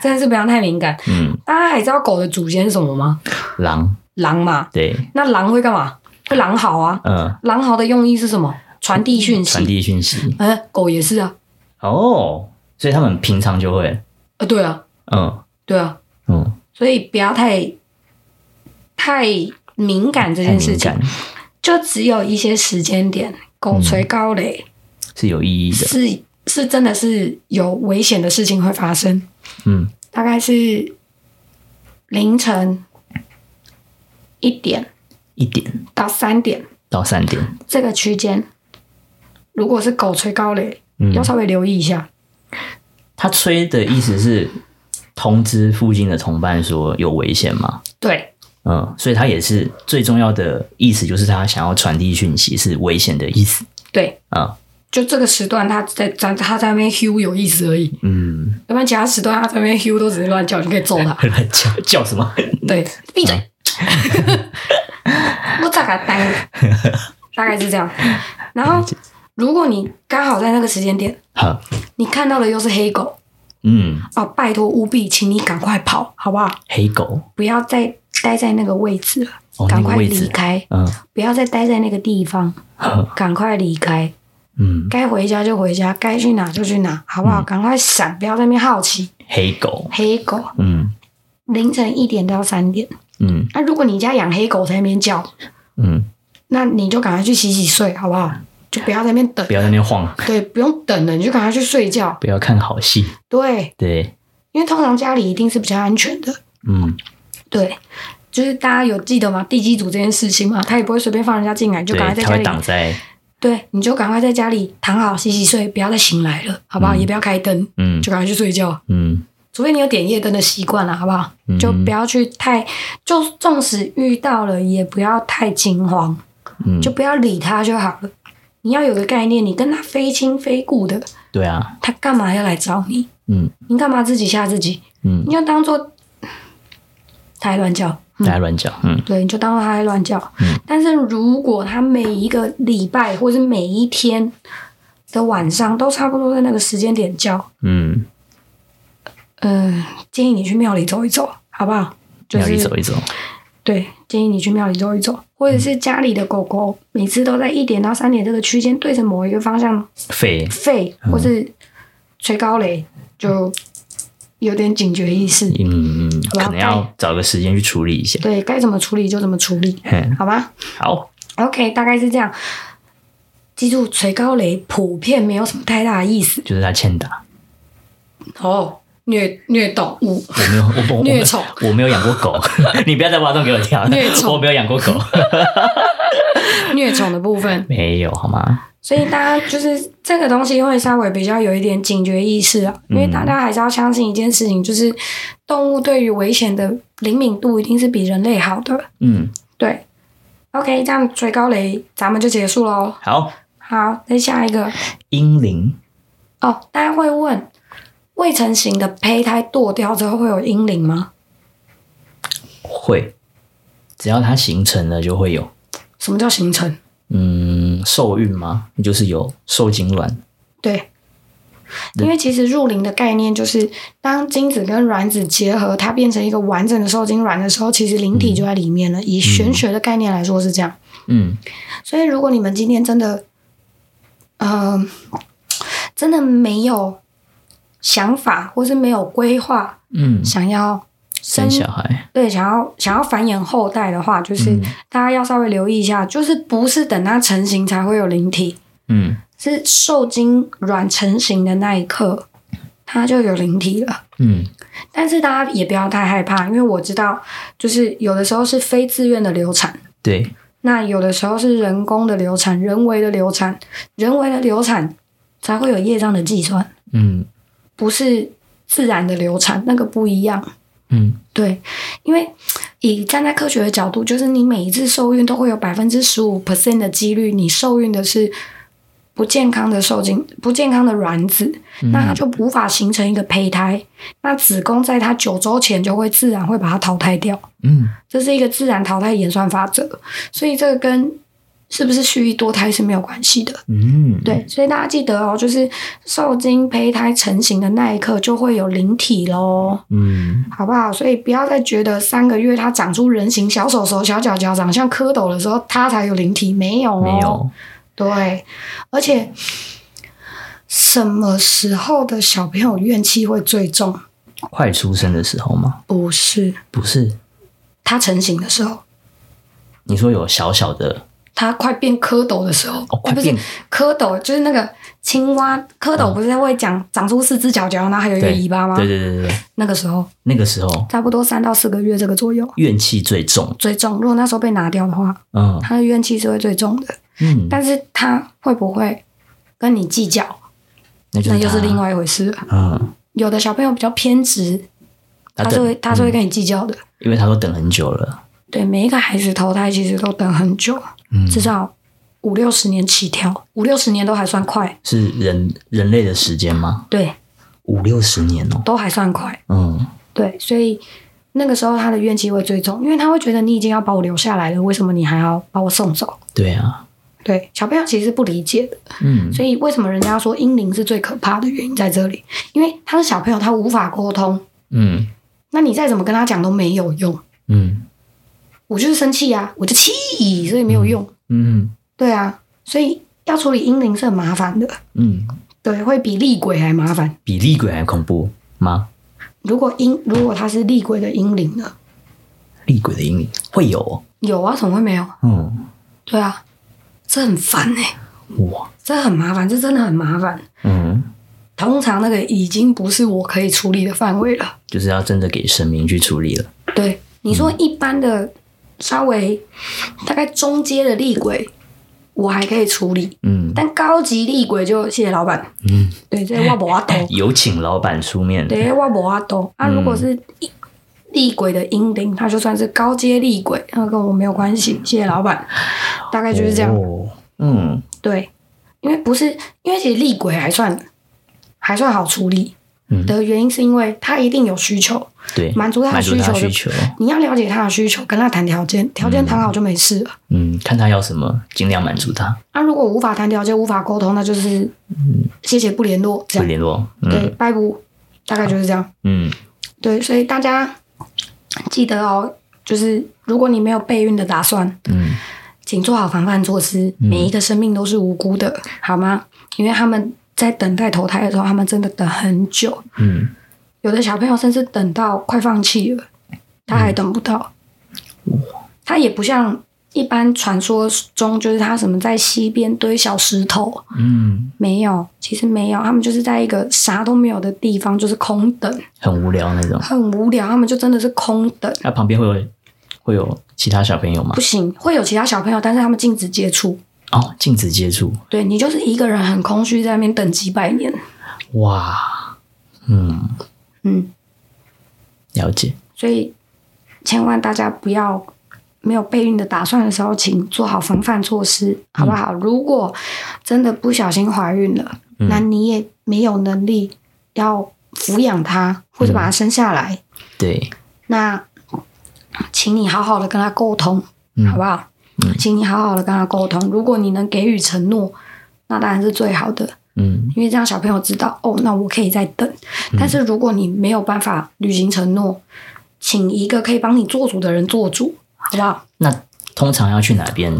S2: 真的是不要太敏感。
S1: 嗯，
S2: 大家还知道狗的祖先是什么吗？
S1: 狼，
S2: 狼嘛。
S1: 对，
S2: 那狼会干嘛？会狼嚎啊。
S1: 嗯，
S2: 狼嚎的用意是什么？传递讯
S1: 传
S2: 息。
S1: 递讯息。
S2: 呃，狗也是啊。
S1: 哦，所以他们平常就会，
S2: 呃，对啊，
S1: 嗯
S2: 对啊。
S1: 嗯，
S2: 所以不要太太敏感这
S1: 太
S2: 件事
S1: 敏
S2: 情
S1: 感，
S2: 就只有一些时间点，狗锤高雷、
S1: 是有意义的。
S2: 是是真的是有危险的事情会发生，
S1: 嗯，
S2: 大概是凌晨一点。
S1: 一点
S2: 到三点
S1: 到三点，
S2: 这个区间，如果是狗吹高雷，
S1: 嗯
S2: 要，稍微留意一下。
S1: 他吹的意思是通知附近的同伴说有危险吗？
S2: 对
S1: 嗯，所以他也是最重要的意思，就是他想要传递讯息是危险的意思。
S2: 对，
S1: 啊，
S2: 就这个时段他在在他在那边呼有意思而已，
S1: 嗯，。
S2: 要不然其他时段他在那边呼都只是乱叫，你可以揍他
S1: 乱叫叫什么？
S2: 对，闭嘴。
S1: 嗯
S2: 我咋个呆？大概是这样。然后，如果你刚好在那个时间点，
S1: 好，
S2: 你看到的又是黑狗
S1: 嗯，
S2: 哦，拜托务必，请你赶快跑，好不好？
S1: 黑狗，
S2: 不要再待在那个位置了，
S1: 哦
S2: 赶
S1: 那个
S2: 快
S1: 位置
S2: 离开。
S1: 嗯
S2: 不要再待在那个地方，赶快离开，
S1: 嗯，
S2: 该回家就回家，该去哪就去哪，好不好？赶快闪，不要在那边好奇。
S1: 黑狗，
S2: 黑狗
S1: 嗯
S2: 凌晨一点到三点，
S1: 嗯
S2: 那、如果你家养黑狗在那边叫，
S1: 嗯，
S2: 那你就赶快去洗洗睡，好不好？就不要在那边等
S1: 不，要在那边晃，
S2: 对，不用等了，你就赶快去睡觉。
S1: 不要看好戏，
S2: 对，
S1: 对，
S2: 因为通常家里一定是比较安全的。
S1: 嗯，
S2: 对，就是大家有记得吗？地基组这件事情嘛，他也不会随便放人家进来，你就赶快
S1: 对，
S2: 在
S1: 它
S2: 家
S1: 会
S2: 里
S1: 挡在，
S2: 对，你就赶快在家里躺好洗洗睡，不要再醒来了，好不好？也不要开灯，
S1: 嗯
S2: 就赶快去睡觉。
S1: 嗯
S2: 除非你有点夜灯的习惯了，好不好？
S1: 嗯
S2: 就不要去太，就纵使遇到了，也不要太惊慌，
S1: 嗯
S2: 就，不要理他就好了。你要有个概念，你跟他非亲非故的，
S1: 对啊，
S2: 他干嘛要来找你？
S1: 嗯
S2: 你干嘛自己吓自己？
S1: 嗯
S2: 你，就当做他还乱叫，
S1: 大家乱叫，嗯
S2: 对，你就当做他在乱叫。
S1: 嗯
S2: 但是如果他每一个礼拜或是每一天的晚上都差不多在那个时间点叫，
S1: 嗯，
S2: 嗯、建议你去庙里走一走，好不好？就
S1: 要
S2: 是
S1: 一走一走，
S2: 对，建议你去庙里走一走，或者是家里的狗狗每次都在一点到三点这个区间对着某一个方向
S1: 肺，
S2: 吠，或
S1: 嗯
S2: 是吹高雷，就有点警觉意识。
S1: 嗯嗯，
S2: 我要
S1: 可能要找个时间去处理一下，
S2: 对该怎么处理就怎么处理，
S1: 嗯，
S2: 好吧
S1: 好，
S2: ？OK，大概是这样。记住，锤高雷普遍没有什么太大的意思，
S1: 就是他欠打，
S2: 哦，虐虐动物，
S1: 我没有，我我我没
S2: 虐
S1: 有
S2: 宠
S1: 我没有养过狗， 你不要再挖洞给我跳
S2: 虐，宠
S1: 我没有养过狗，
S2: 虐宠的部分，
S1: 没有好吗？
S2: 所以大家就是这个东西会稍微比较有一点警觉意识啊，因为大家还是要相信一件事情，就是动物对于危险的灵敏度一定是比人类好的。
S1: 嗯，
S2: 对，OK，这样追高雷咱们就结束喽。
S1: 好，
S2: 好，再下一个
S1: 英灵。
S2: 哦，大家会问，未成型的胚胎堕掉之后会有阴灵吗？
S1: 会，只要它形成了就会有。
S2: 什么叫形成？
S1: 嗯，受孕吗？就是有受精卵。
S2: 对，因为其实入灵的概念就是，当精子跟卵子结合，它变成一个完整的受精卵的时候，其实灵体就在里面了。以玄学的概念来说是这样，
S1: 嗯
S2: 所以如果你们今天真的，呃，真的没有想法或是没有规划，
S1: 嗯，
S2: 想要
S1: 生小孩。
S2: 对，想要想要繁衍后代的话，就是、
S1: 嗯
S2: 大家要稍微留意一下，就是不是等它成型才会有灵体，
S1: 嗯
S2: 是受精卵成型的那一刻，它就有灵体了。
S1: 嗯
S2: 但是大家也不要太害怕，因为我知道，就是有的时候是非自愿的流产，
S1: 对，
S2: 那有的时候是人工的流产、人为的流产、人为的流产才会有业障的计算，
S1: 嗯
S2: 不是自然的流产，那个不一样。
S1: 嗯
S2: 对，因为以站在科学的角度，就是你每一次受孕都会有百分之十五 percent 的几率，你受孕的是不健康的受精、不健康的卵子，
S1: 嗯
S2: 那它就无法形成一个胚胎。那子宫在它九周前就会自然会把它淘汰掉，
S1: 嗯
S2: 这是一个自然淘汰演算法则。所以这个跟是不是蓄意多胎是没有关系的。
S1: 嗯，
S2: 对，所以大家记得哦，就是受精胚胎成型的那一刻就会有灵体喽。
S1: 嗯，
S2: 好不好？所以不要再觉得三个月它长出人形小手手、小脚脚，长像蝌蚪的时候，它才有灵体，没有、哦，
S1: 没。有，
S2: 对，而且什么时候的小朋友怨气会最重？
S1: 快出生的时候吗？
S2: 不是
S1: 不是，
S2: 它成型的时候，
S1: 你说有小小的
S2: 它快变蝌蚪的时候，
S1: 哦，快
S2: 哎不是
S1: 变，嗯
S2: 蝌蚪，就是那个青蛙。蝌蚪不是会讲长出四只脚脚，然后还有一个
S1: 对
S2: 尾巴吗？
S1: 对对对对对，
S2: 那个时候
S1: 那个时候
S2: 差不多三到四个月这个左右
S1: 怨气最重，
S2: 最重。如果那时候被拿掉的话，
S1: 嗯
S2: 它的怨气是会最重的。
S1: 嗯，
S2: 但是他会不会跟你计较，
S1: 那就
S2: 那又是
S1: 他
S2: 另，外一回事了。
S1: 嗯，
S2: 有的小朋友比较偏执，他
S1: 等
S2: 是会他是
S1: 嗯
S2: 会跟你计较的。
S1: 因为他说等很久了，
S2: 对，每一个孩子投胎其实都等很久，
S1: 嗯，
S2: 至少五六十年起跳，五六十年都还算快，
S1: 是人人类的时间吗？
S2: 对，
S1: 五六十年哦，
S2: 都还算快，
S1: 嗯
S2: 对，所以。那个时候他的怨气会最重，因为他会觉得你已经要把我留下来了，为什么你还要把我送走？，
S1: 对啊，
S2: 对，小朋友其实是不理解的，
S1: 嗯
S2: 所以为什么人家说婴灵是最可怕的原因在这里，因为他是小朋友，他无法沟通，
S1: 嗯
S2: 那你再怎么跟他讲都没有用。
S1: 嗯
S2: 我就是生气啊，我就气，所以没有用。
S1: 嗯
S2: 对啊，所以要处理阴灵是很麻烦的，
S1: 嗯，
S2: 对，会比厉鬼还麻烦。
S1: 比厉鬼还恐怖吗？
S2: 如果阴，如果他是厉鬼的阴灵呢？
S1: 厉鬼的阴影会有哦，
S2: 有啊，怎么会没有？
S1: 嗯，
S2: 对啊，这很烦哎、
S1: 哇，
S2: 这很麻烦，这真的很麻烦。
S1: 嗯，
S2: 通常那个已经不是我可以处理的范围了。
S1: 就是要真的给神明去处理了，
S2: 对，你说一般的，稍微大概中阶的厉鬼，我还可以处理，
S1: 嗯
S2: 但高级厉鬼就谢谢老板。
S1: 嗯，，
S2: 对，这我无法度
S1: 有请老板出面，
S2: 对，我无法度。啊，
S1: 嗯
S2: 如果是一厉鬼的阴灵，他就算是高阶厉鬼，那跟我没有关系，谢谢老板。大概就是这样，
S1: 嗯哦，嗯
S2: 对，因为不是，因为其实厉鬼还算还算好处理
S1: 嗯，
S2: 的原因，是因为他一定有需求，
S1: 对，
S2: 满足他的
S1: 满足
S2: 需
S1: 他
S2: 求
S1: 的需
S2: 的
S1: 求，
S2: 你要了解他的需求，跟他谈条件，条件谈好就没事了。
S1: 嗯，看他要什么，尽量满足他，
S2: 啊，如果无法谈条件，无法沟通，那就是谢谢不联络，这
S1: 嗯不
S2: 样
S1: 联络，
S2: 对，
S1: 嗯
S2: 拜不，大概就是这样。
S1: 嗯
S2: 对，所以大家记得哦，就是如果你没有备孕的打算，
S1: 嗯，
S2: 请做好防范措施。每一个生命都是无辜的，好吗？因为他们在等待投胎的时候，他们真的等很久，
S1: 嗯，
S2: 有的小朋友甚至等到快放弃了，他还等不到。他也不像一般传说中，就是他什么在溪边堆小石头，
S1: 嗯，
S2: 没有，其实没有，他们就是在一个啥都没有的地方，就是空等，
S1: 很无聊那种，
S2: 很无聊，他们就真的是空等。
S1: 那旁边会有会有其他小朋友吗
S2: 不？行，会有其他小朋友，但是他们禁止接触。
S1: 哦，禁止接触，
S2: 对你就是一个人很空虚，在那边等几百年。
S1: 哇，嗯，
S2: 嗯，
S1: 了解，
S2: 所以千万大家不要没有备孕的打算的时候，请做好防范措施，好不好？如果真的不小心怀孕了，
S1: 嗯
S2: 那你也没有能力要抚养他或者把他生下来，
S1: 对，
S2: 那请你好好的跟他沟通，好不好？请你好好的跟他沟通。如果你能给予承诺，那当然是最好的。
S1: 嗯
S2: 因为这样小朋友知道哦，那我可以再等。但是如果你没有办法履行承诺，请一个可以帮你做主的人做主，好不好？，
S1: 那通常要去哪边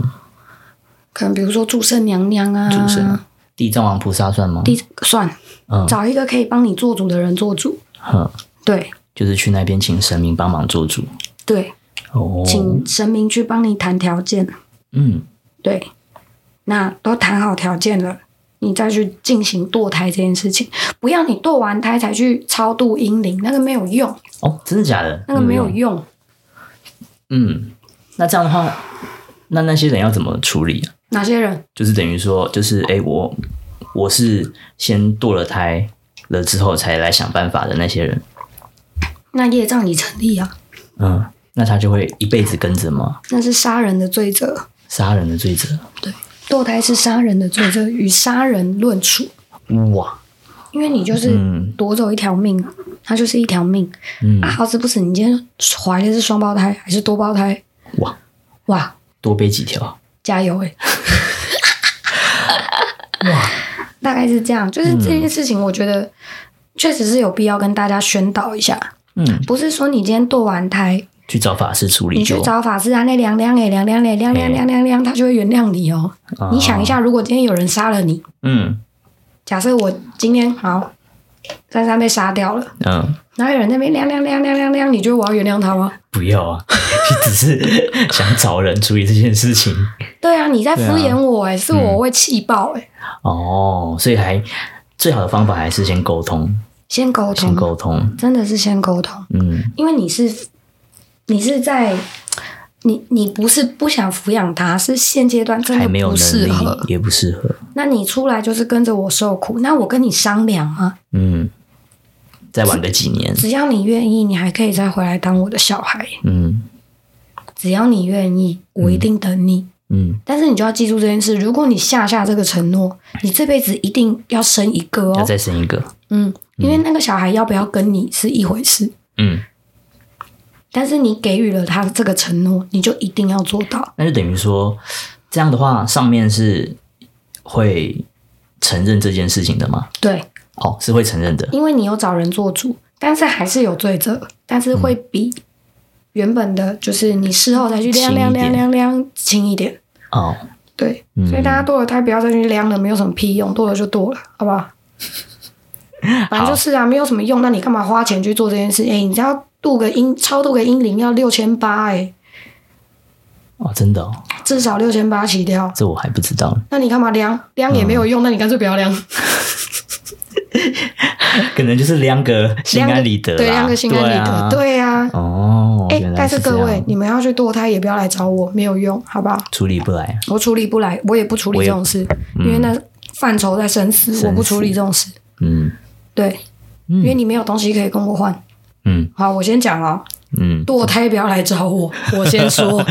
S2: 可能比如说祝圣娘娘啊，
S1: 注射？地藏王菩萨算吗？
S2: 第算
S1: 嗯
S2: 找一个可以帮你做主的人做主，
S1: 哼，
S2: 对
S1: 就是去那边请神明帮忙做主。
S2: 对，
S1: 哦，
S2: 请神明去帮你谈条件，
S1: 嗯
S2: 对，那都谈好条件了，你再去进行堕胎这件事情，不要你堕完胎才去超度阴灵，那个没有用，
S1: 哦，真的假的？
S2: 那个没有
S1: 用。
S2: 用。
S1: 嗯，那这样的话，那那些人要怎么处理啊？
S2: 哪些人？
S1: 就是等于说，就是哎、诶我我是先堕了胎了之后才来想办法的那些人，
S2: 那业障已成立啊，
S1: 嗯，那他就会一辈子跟着吗？
S2: 那是杀人的罪责。
S1: 杀人的罪责？
S2: 堕胎是杀人的罪责，与杀人论处，
S1: 哇，
S2: 因为你就是
S1: 嗯
S2: 夺走一条命啊，它就是一条命、
S1: 嗯
S2: 啊，好死不死，你今天怀的是双胞胎还是多胞胎？
S1: 哇，
S2: 哇，
S1: 多背几条，
S2: 加油 哎、哇，大概是这样，就是这件事情，我觉得确实是有必要跟大家宣导一下，
S1: 嗯，
S2: 不是说你今天堕完胎，
S1: 去找法师处理
S2: 你去
S1: 就。
S2: 找法师啊，那凉凉哎，凉凉哎，凉凉凉凉凉，他就会原谅你哦。
S1: 嗯啊
S2: 你想一，下，如果今天有人杀了你，
S1: 嗯
S2: 假设我今天好，珊珊被杀掉了，
S1: 嗯，
S2: 然后有人在那边凉凉凉凉凉凉，你觉得我要原谅他吗？
S1: 不要啊， 你只是 想找人处理这件事情
S2: 对啊，你在敷
S1: 对
S2: 衍
S1: 啊
S2: 我哎、是我会气爆哎、
S1: 哦，所以还最好的方法还是先沟通，
S2: 先沟
S1: 先
S2: 通，
S1: 沟通，
S2: 真的是先沟通，
S1: 嗯
S2: 因为你是你是在你你不是不想抚养他，是现阶段真
S1: 还
S2: 的
S1: 没有
S2: 不
S1: 能
S2: 适
S1: 力
S2: 合。
S1: 也不适合。
S2: 那你出来就是跟着我受苦，那我跟你商量啊，
S1: 嗯，再晚个几年，
S2: 只要你愿意，你还可以再回来当我的小孩，
S1: 嗯
S2: 只要你愿意，我一定等你。
S1: 嗯，
S2: 但是你就要记住这件事，如果你下下这个承诺，你这辈子一定要生一个
S1: 要
S2: 哦。
S1: 再生一个，
S2: 嗯，因为那个小孩要不要跟你是一回事，
S1: 嗯，
S2: 但是你给予了他这个承诺，你就一定要做到。
S1: 那就等于说，这样的话，上面是会承认这件事情的吗？
S2: 对，
S1: 哦，是会承认的，
S2: 因为你有找人做主，但是还是有罪责，但是会比
S1: 嗯
S2: 原本的就是你事后再去量
S1: 轻一
S2: 量
S1: 点
S2: 量量量轻一点。
S1: 哦，
S2: 对，
S1: 嗯
S2: 所以大家多了胎不要再去量了，没有什么屁用，多了就多了，好不好？反正就是啊，没有什么用，那你干嘛花钱去做这件事？哎、你只要度个阴，超度个阴灵要六千八，哎，
S1: 哦，真的哦，
S2: 至少六千八起跳。
S1: 这我还不知道呢，
S2: 那你干嘛量？量也没有用，那你干脆不要量，
S1: 可能就是量个心
S2: 量个
S1: 安理 得啦，
S2: 对，量个心安理得，
S1: 啊，
S2: 对呀、啊。
S1: 哦，
S2: 哎、
S1: 原来
S2: 但
S1: 是
S2: 是
S1: 这
S2: 各位
S1: 样，，
S2: 你们要去堕胎也不要来找我，没有用，好不好？
S1: 处理不来，啊
S2: 我处理不来，我也不处理
S1: 我
S2: 这
S1: 也嗯
S2: 种事，因为那范畴在生死，
S1: 生死
S2: 我不处理这种事。
S1: 嗯
S2: 对，因为
S1: 嗯
S2: 你没有东西可以跟我换。
S1: 嗯
S2: 好，我先讲了，
S1: 嗯，
S2: 堕胎不要来 找我，我先说，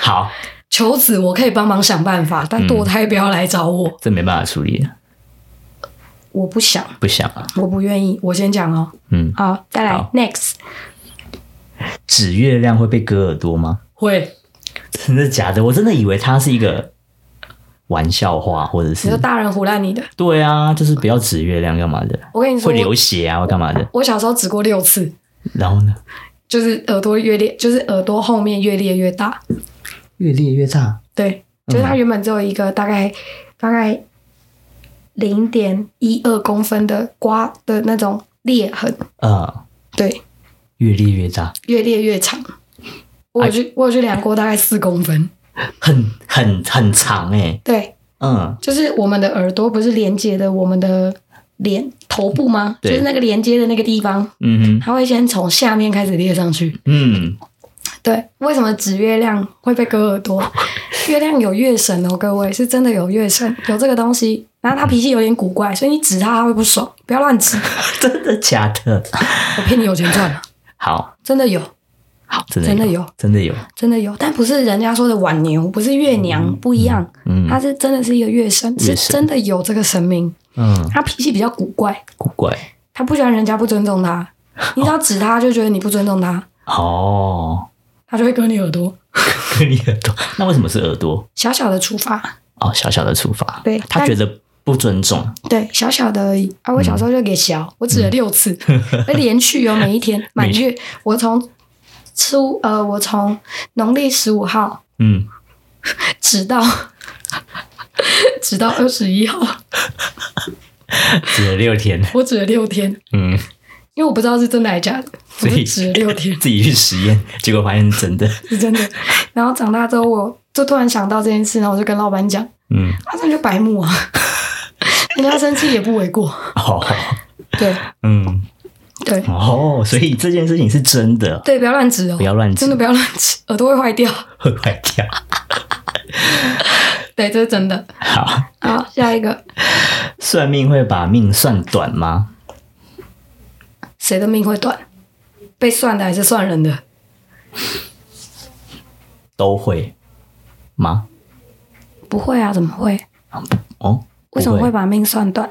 S1: 好，
S2: 求子我可以帮忙想办法，但
S1: 嗯
S2: 堕胎不要来找我，
S1: 这没办法处理，
S2: 我不想，
S1: 不想啊了，
S2: 我不愿意，我先讲哦。
S1: 嗯，
S2: 好，再来
S1: 好
S2: next
S1: 指月亮会被割耳朵吗？
S2: 会，
S1: 真的假的？我真的以为它是一个玩笑话，或者
S2: 你说
S1: 是
S2: 大人胡乱你的，
S1: 对啊，就是不要指月亮干嘛的，
S2: 我跟你说
S1: 会，流血啊，会干嘛的？
S2: 我小时候指过六次，
S1: 然后呢，
S2: 就是耳朵越裂，就是耳朵后面越裂越大，
S1: 越裂越大，
S2: 对，就是它原本只有一个大概大概零点一二公分的刮的那种裂痕，
S1: 呃，
S2: 对，
S1: 越裂越大，
S2: 越裂越长。我有去，我有去量过，大概四公分。
S1: 很很很长哎、
S2: 对，
S1: 嗯，
S2: 就是我们的耳朵不是连接的我们的脸头部吗？就
S1: 对
S2: 是那个连接的那个地方，
S1: 嗯哼，
S2: 它会先从下面开始裂上去。
S1: 嗯，
S2: 对，为什么指月亮会被割耳 朵？月亮有月神哦，各位是真的有月神，有这个东西。然后他脾气有点古怪，所以你指他他会不爽，不要乱指。
S1: 真的假的？
S2: 我骗你有钱赚了，啊
S1: 好，
S2: 真的有，
S1: 好，真的
S2: 真的
S1: 有，
S2: 有，
S1: 真的有，
S2: 真的有，但不是人家说的晚牛，不是月娘，不一样。
S1: 嗯
S2: 他是真的是一个月神，
S1: 月神
S2: 是真的有这个神明。
S1: 嗯，
S2: 他脾气比较古怪，
S1: 古怪
S2: 他不喜欢人家不尊重他，你只要指他就觉得你不尊重他，
S1: 哦，
S2: 他就会割你耳朵。
S1: 割你耳朵，那为什么是耳朵？
S2: 小小的处罚，
S1: 哦，小小的处罚，
S2: 对
S1: 他
S2: 但
S1: 觉得不尊重，
S2: 对，小小的而已。啊，我小
S1: 嗯
S2: 时候就给小，我指了六次， 而连续有每一天满月，我从初呃，我从农历十五号
S1: 嗯，
S2: 指到 指到二十一号，
S1: 指了六天，
S2: 我指了六天，
S1: 嗯。
S2: 因为我不知道是真的还是假的，
S1: 所
S2: 我
S1: 以
S2: 就指了六天。
S1: 自己去实验，结果发现是真的。
S2: 是真的。然后长大之后，我就突然想到这件事，然后我就跟老板讲，
S1: 嗯，
S2: 他、啊、这就白目啊， 人家生气也不为过。
S1: 哦，
S2: 对
S1: 嗯，
S2: 对
S1: 哦，所以这件事情是真的，
S2: 对，不要乱指哦，
S1: 不要乱指
S2: 真的不要乱指，耳朵会坏掉。
S1: 会坏掉。
S2: 对，这是真的。
S1: 好，
S2: 好，下一个，
S1: 算命会把命算短吗？
S2: 谁的命会短？被算的还是算人的？
S1: 都会吗？
S2: 不会啊，怎么会？
S1: 哦，
S2: 为什么
S1: 不
S2: 会把命算短？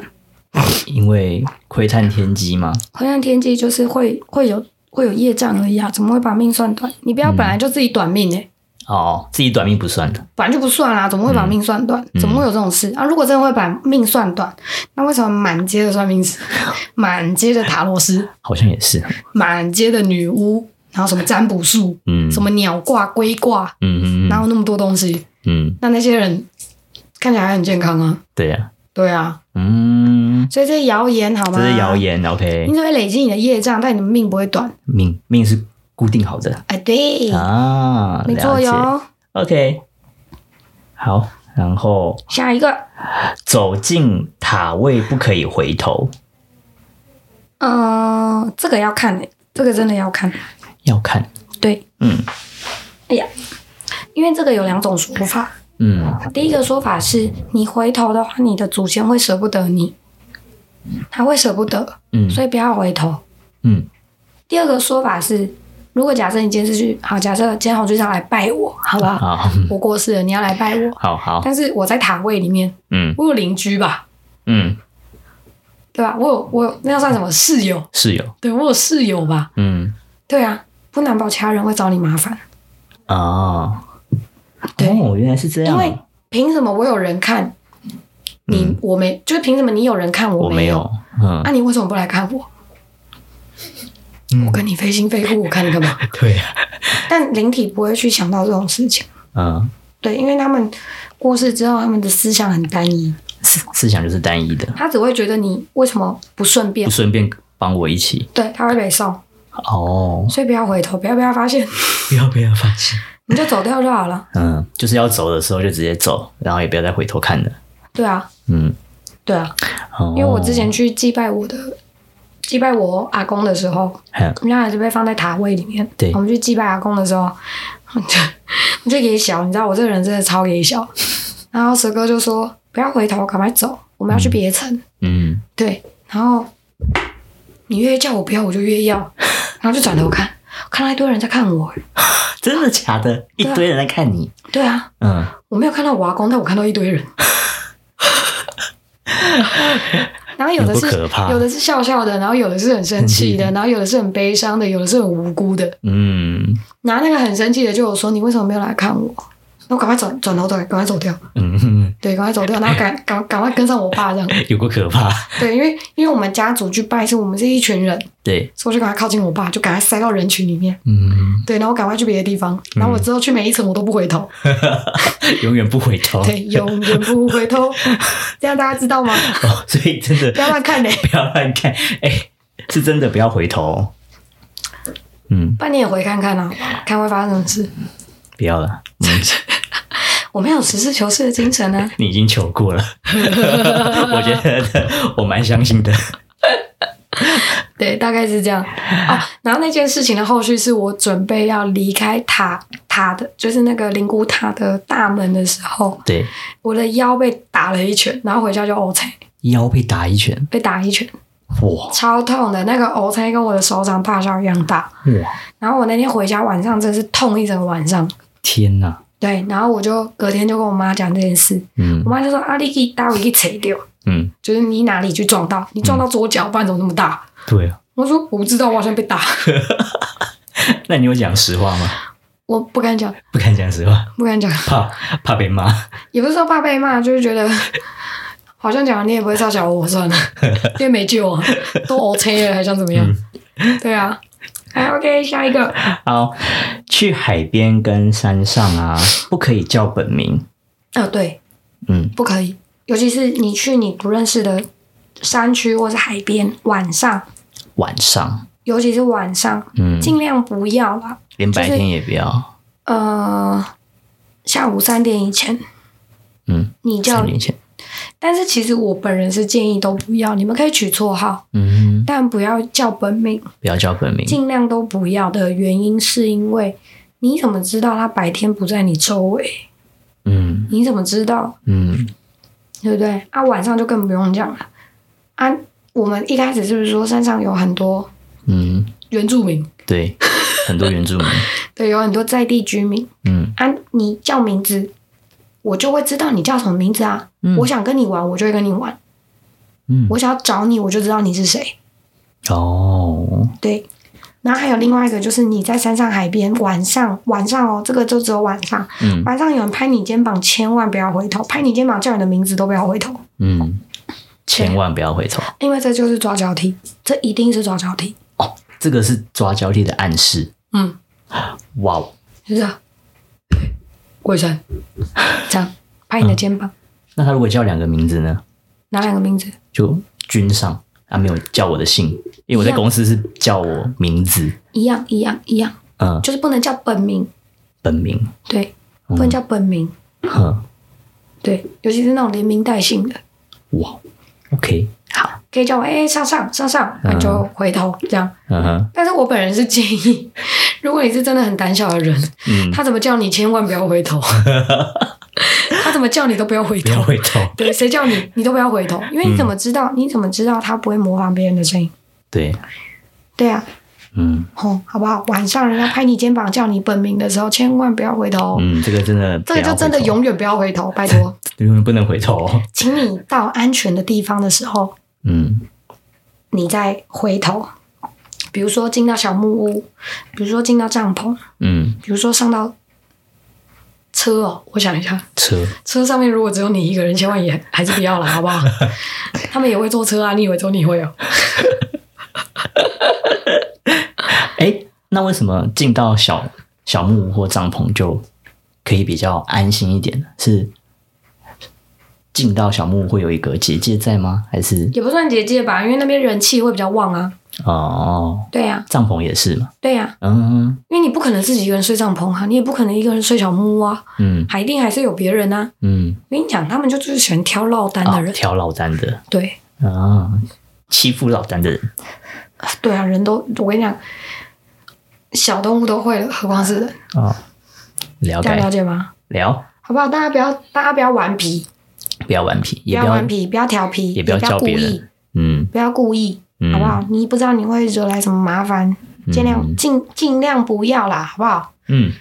S1: 因为窥探天机嘛。
S2: 回暗天机就是会会有会有业障而已啊，怎么会把命算短？你不要本来就自己短命哎、
S1: 哦，自己短命不算的。
S2: 本来就不算啦、怎么会把命算短？怎么会有这种事啊？如果真的会把命算短，那为什么满街的算命 师、满街的塔罗师、
S1: 好像也是，
S2: 满街的女巫，然后什么占卜术、
S1: 嗯，
S2: 什么鸟卦、龟卦，
S1: 嗯，嗯
S2: 哪
S1: 嗯
S2: 有那么多东西？
S1: 嗯，
S2: 那那些人看起来还很健康啊，
S1: 对呀、
S2: 对啊，
S1: 嗯，
S2: 所以这是谣言好吗？
S1: 这是谣，言，OK，
S2: 你只会累积你的业障，但你的命不会短。
S1: 命命是固定好的
S2: 哎，对，
S1: 啊，
S2: 没错
S1: 了解
S2: 哟。
S1: ，OK，好，然后
S2: 下一个，
S1: 走进塔位不可以回头，
S2: 呃，这个要看诶、这个真的要看。
S1: 要看，
S2: 对，
S1: 嗯
S2: 哎呀，因为这个有两种说法。
S1: 嗯，
S2: 第一个说法是你回头的话，你的祖先会舍不得你，他会舍不得，
S1: 嗯
S2: 所以不要回头。
S1: 嗯
S2: 第二个说法是，如果假设你今天是去，好，假设今天红军长来拜我，好不好？
S1: 好，
S2: 我过世了，你要来拜我，
S1: 好好，
S2: 但是我在塔位里面，
S1: 嗯
S2: 我有邻居吧，
S1: 嗯，
S2: 对吧？我有我有那要算什么室友？
S1: 室友，
S2: 对我有室友吧？
S1: 嗯
S2: 对啊，不难保其他人会找你麻烦，
S1: 哦，
S2: 对
S1: 哦，原来是这
S2: 因
S1: 样，嗯
S2: 为凭什么我有人看你，我没就是凭什么你有人看
S1: 我
S2: 没
S1: 没有，嗯
S2: 那、，你为什么不来看我？我跟你非亲非故，我看你 干嘛？
S1: 对呀，
S2: 但灵体不会去想到这种事情，
S1: 嗯，
S2: 对，因为他们过世之后，他们的思想很单一，
S1: 思思想就是单一的，
S2: 他只会觉得你为什么不顺便
S1: 不，顺便帮我一起
S2: 对，他会被送，
S1: 哦，
S2: 所以不要回头，不要被他发现，
S1: 不要被他发现。
S2: 你就走掉就好了。
S1: 嗯，就是要走的时候就直接走，然后也不要再回头看了。
S2: 对啊，
S1: 嗯，
S2: 对啊，
S1: 哦
S2: 因为我之前去祭拜我的祭拜我阿公的时候，
S1: 嗯
S2: 我们家还是被放在塔位里面。
S1: 对
S2: 我们去祭拜阿公的时候， 我就我就也小，你知道我这个人真的超也小。然后蛇哥就说：“不要回头，赶快走，我们要去别层。
S1: 嗯，
S2: 对，然后你越叫我不要，我就越要，然后就转头看，看到一堆人在看我。
S1: 真的假的？一
S2: 啊
S1: 堆人在看你。
S2: 对啊，
S1: 嗯，
S2: 我没有看到我阿公，但我看到 一堆人。然后有的
S1: 有多
S2: 是
S1: 可怕
S2: 有的是笑笑的，然后有的是很生气的，然后有的是很悲伤的，有的是很无辜的。
S1: 嗯
S2: 拿那个很生气的就有说：“你为什么没有来看我？”然后赶快转转头走，赶快走掉，
S1: 嗯，
S2: 对，赶快走掉，然后赶赶赶快跟上我爸这样。
S1: 有够可怕。
S2: 对，因为因为我们家族去拜是我们是一群人，
S1: 对，
S2: 所以我就赶快靠近我爸，就赶快塞到人群里面。
S1: 嗯，
S2: 对，然后我赶快去别的地方，然后我之后去每一层我都不回头，
S1: 永远不回头。
S2: 对，永远不回 头。这样大家知道吗？
S1: 哦， 所以真的
S2: 不要乱看嘞、
S1: 不要乱看，哎、是真的不要回头。哦嗯，
S2: 半年也回看看啊，看会发生什么事。
S1: 不要了，嗯，
S2: 我们要有实事求是的精神啊。
S1: 你已经求过了， 我觉得我蛮相信的。
S2: 对，大概是这样。哦，然后那件事情的后续是我准备要离开塔塔的，就是那个灵骨塔的大门的时候，
S1: 对，
S2: 我的腰被打了一拳，然后回家就 O 菜，
S1: 腰被打一拳，
S2: 被打一拳，
S1: 哇
S2: 超痛的。那个 O 菜跟我的手掌大小一样大。
S1: 哇，
S2: 然后我那天回家晚上真是痛一整个晚上。
S1: 天哪！
S2: 对，然后我就隔天就跟我妈讲这件事，
S1: 嗯
S2: 我妈就说：“啊，你给大尾给扯掉，
S1: 嗯，
S2: 就是你哪里去撞到，你撞到左脚，不然怎么那么大？”
S1: 对啊。
S2: 我说：“我不知道，我好像被打。
S1: 那你有讲实话吗？”
S2: 我不敢讲，
S1: 不敢讲实话，
S2: 不敢讲。
S1: 怕怕被骂。
S2: 也不是说怕被骂，就是觉得 好像讲了你也不会照小我 算了，因为没救啊，都 OK 了，还想怎么样？
S1: 嗯
S2: 对啊，哎，OK，下一个
S1: 好，去海边跟山上啊，不可以叫本名。
S2: 啊，对，
S1: 嗯
S2: 不可以，尤其是你去你不认识的山区或是海边，晚上，
S1: 晚上，
S2: 尤其是晚上，
S1: 嗯，
S2: 尽量不要啊啦。
S1: 连白天也不要。
S2: 呃，下午三点以前，
S1: 嗯，
S2: 你
S1: 三
S2: 叫
S1: 点前。
S2: 但是其实我本人是建议都不要，你们可以取绰号，
S1: 嗯哼，
S2: 但不要叫本名，
S1: 不要叫本名，
S2: 尽量都不要的原因是因为你怎么知道他白天不在你周围？
S1: 嗯
S2: 你怎么知道？
S1: 嗯
S2: 对不对？啊，晚上就更不用讲了。啊，我们一开始是不是说山上有很多
S1: 嗯，
S2: 原住民？
S1: 对，很多原住 民，
S2: 对，有很多在地居民。
S1: 嗯
S2: 啊，你叫名字，我就会知道你叫什么名字啊。
S1: 嗯
S2: 我想跟你玩，我就会跟你玩；
S1: 嗯，
S2: 我想要找你，我就知道你是谁。
S1: 哦，
S2: 对。然后还有另外一个，就是你在山上、海边，晚上晚上哦，这个就只有晚上，
S1: 嗯
S2: 晚上有人拍你肩膀，千万不要回头，拍你肩膀叫你的名字都不要回头，
S1: 嗯，千万不要回头
S2: 因为这就是抓交替，这一定是抓交替。
S1: 哦，这个是抓交替的暗示，
S2: 嗯，
S1: 哇哦，
S2: 就是这样鬼神，这样拍你的肩膀，
S1: 那他如果叫两个名字呢？
S2: 哪两个名字？
S1: 就君上，他没有叫我的姓，因为我在
S2: 一样
S1: 公司是叫我名字，
S2: 一样一样一样，
S1: 嗯，
S2: 就是不能叫本名，
S1: 本名，
S2: 对，
S1: 嗯
S2: 不能叫本名，
S1: 哼，
S2: 对，尤其是那种连名带姓的，
S1: 哇，OK，哦
S2: 好，可以叫我哎、上上上上，
S1: 嗯
S2: 那就回头这样。
S1: 嗯哼，
S2: 但是我本人是建议， 如果你是真的很胆小的人，
S1: 嗯，
S2: 他怎么叫你千万不要回 头，他怎么叫你都不要回
S1: 不要
S2: 头。嗯
S1: 回头，
S2: 对，谁叫你，你都不要回头，因为你怎么知道？你怎么知道他不会模仿别人的声音？
S1: 对，
S2: 对啊，
S1: 嗯
S2: 哦，好不好？晚上人家拍你肩膀叫你本名的时候，千万不要回头，哦
S1: 嗯，这个真的，
S2: 这个就真的，永远不要回头，拜 托，
S1: 永远不能回头，哦
S2: 请你到安全的地方的时候，
S1: 嗯
S2: 你再回头。比如说进到小木屋，比如说进到帐篷，
S1: 嗯，
S2: 比如说上到车哦，我想一下，
S1: 车，
S2: 车上面如果只有你一个人，千万也还是不要 了，好不好？他们也会坐车啊，你以为只有你会哦？
S1: 哎，那为什么进到小小木屋或帐篷就可以比较安心一点呢？是进到小木屋会有一个结界在吗？还是
S2: 也不算结界吧，因为那边人气会比较旺啊。
S1: 哦，
S2: 对呀、
S1: 帐篷也是嘛，
S2: 对呀、
S1: 嗯
S2: 因为你不可能自己一个人睡帐篷啊，你也不可能一个人睡小木屋啊，
S1: 嗯
S2: 还一定还是有别人啊。
S1: 嗯，
S2: 我跟你讲，他们就就是喜欢挑落单
S1: 啊
S2: 的，人，
S1: 挑老单的
S2: 对
S1: 啊，欺负老单的人，
S2: 对啊，人都我跟你讲，小动物都会了，何况是人，
S1: 哦，了
S2: 这
S1: 解
S2: 样了解吗？
S1: 聊，
S2: 好不好？大家不要，大家不要顽皮，
S1: 不要顽皮，
S2: 不
S1: 也
S2: 要
S1: 不要
S2: 顽，皮，不要调皮，
S1: 也不要叫
S2: 故
S1: 别
S2: 意，
S1: 人，嗯
S2: 不要故意，
S1: 嗯，
S2: 好不好？你不知道你会惹来什么麻烦，尽量
S1: 嗯
S2: 尽尽量不要啦，好不好？
S1: 嗯，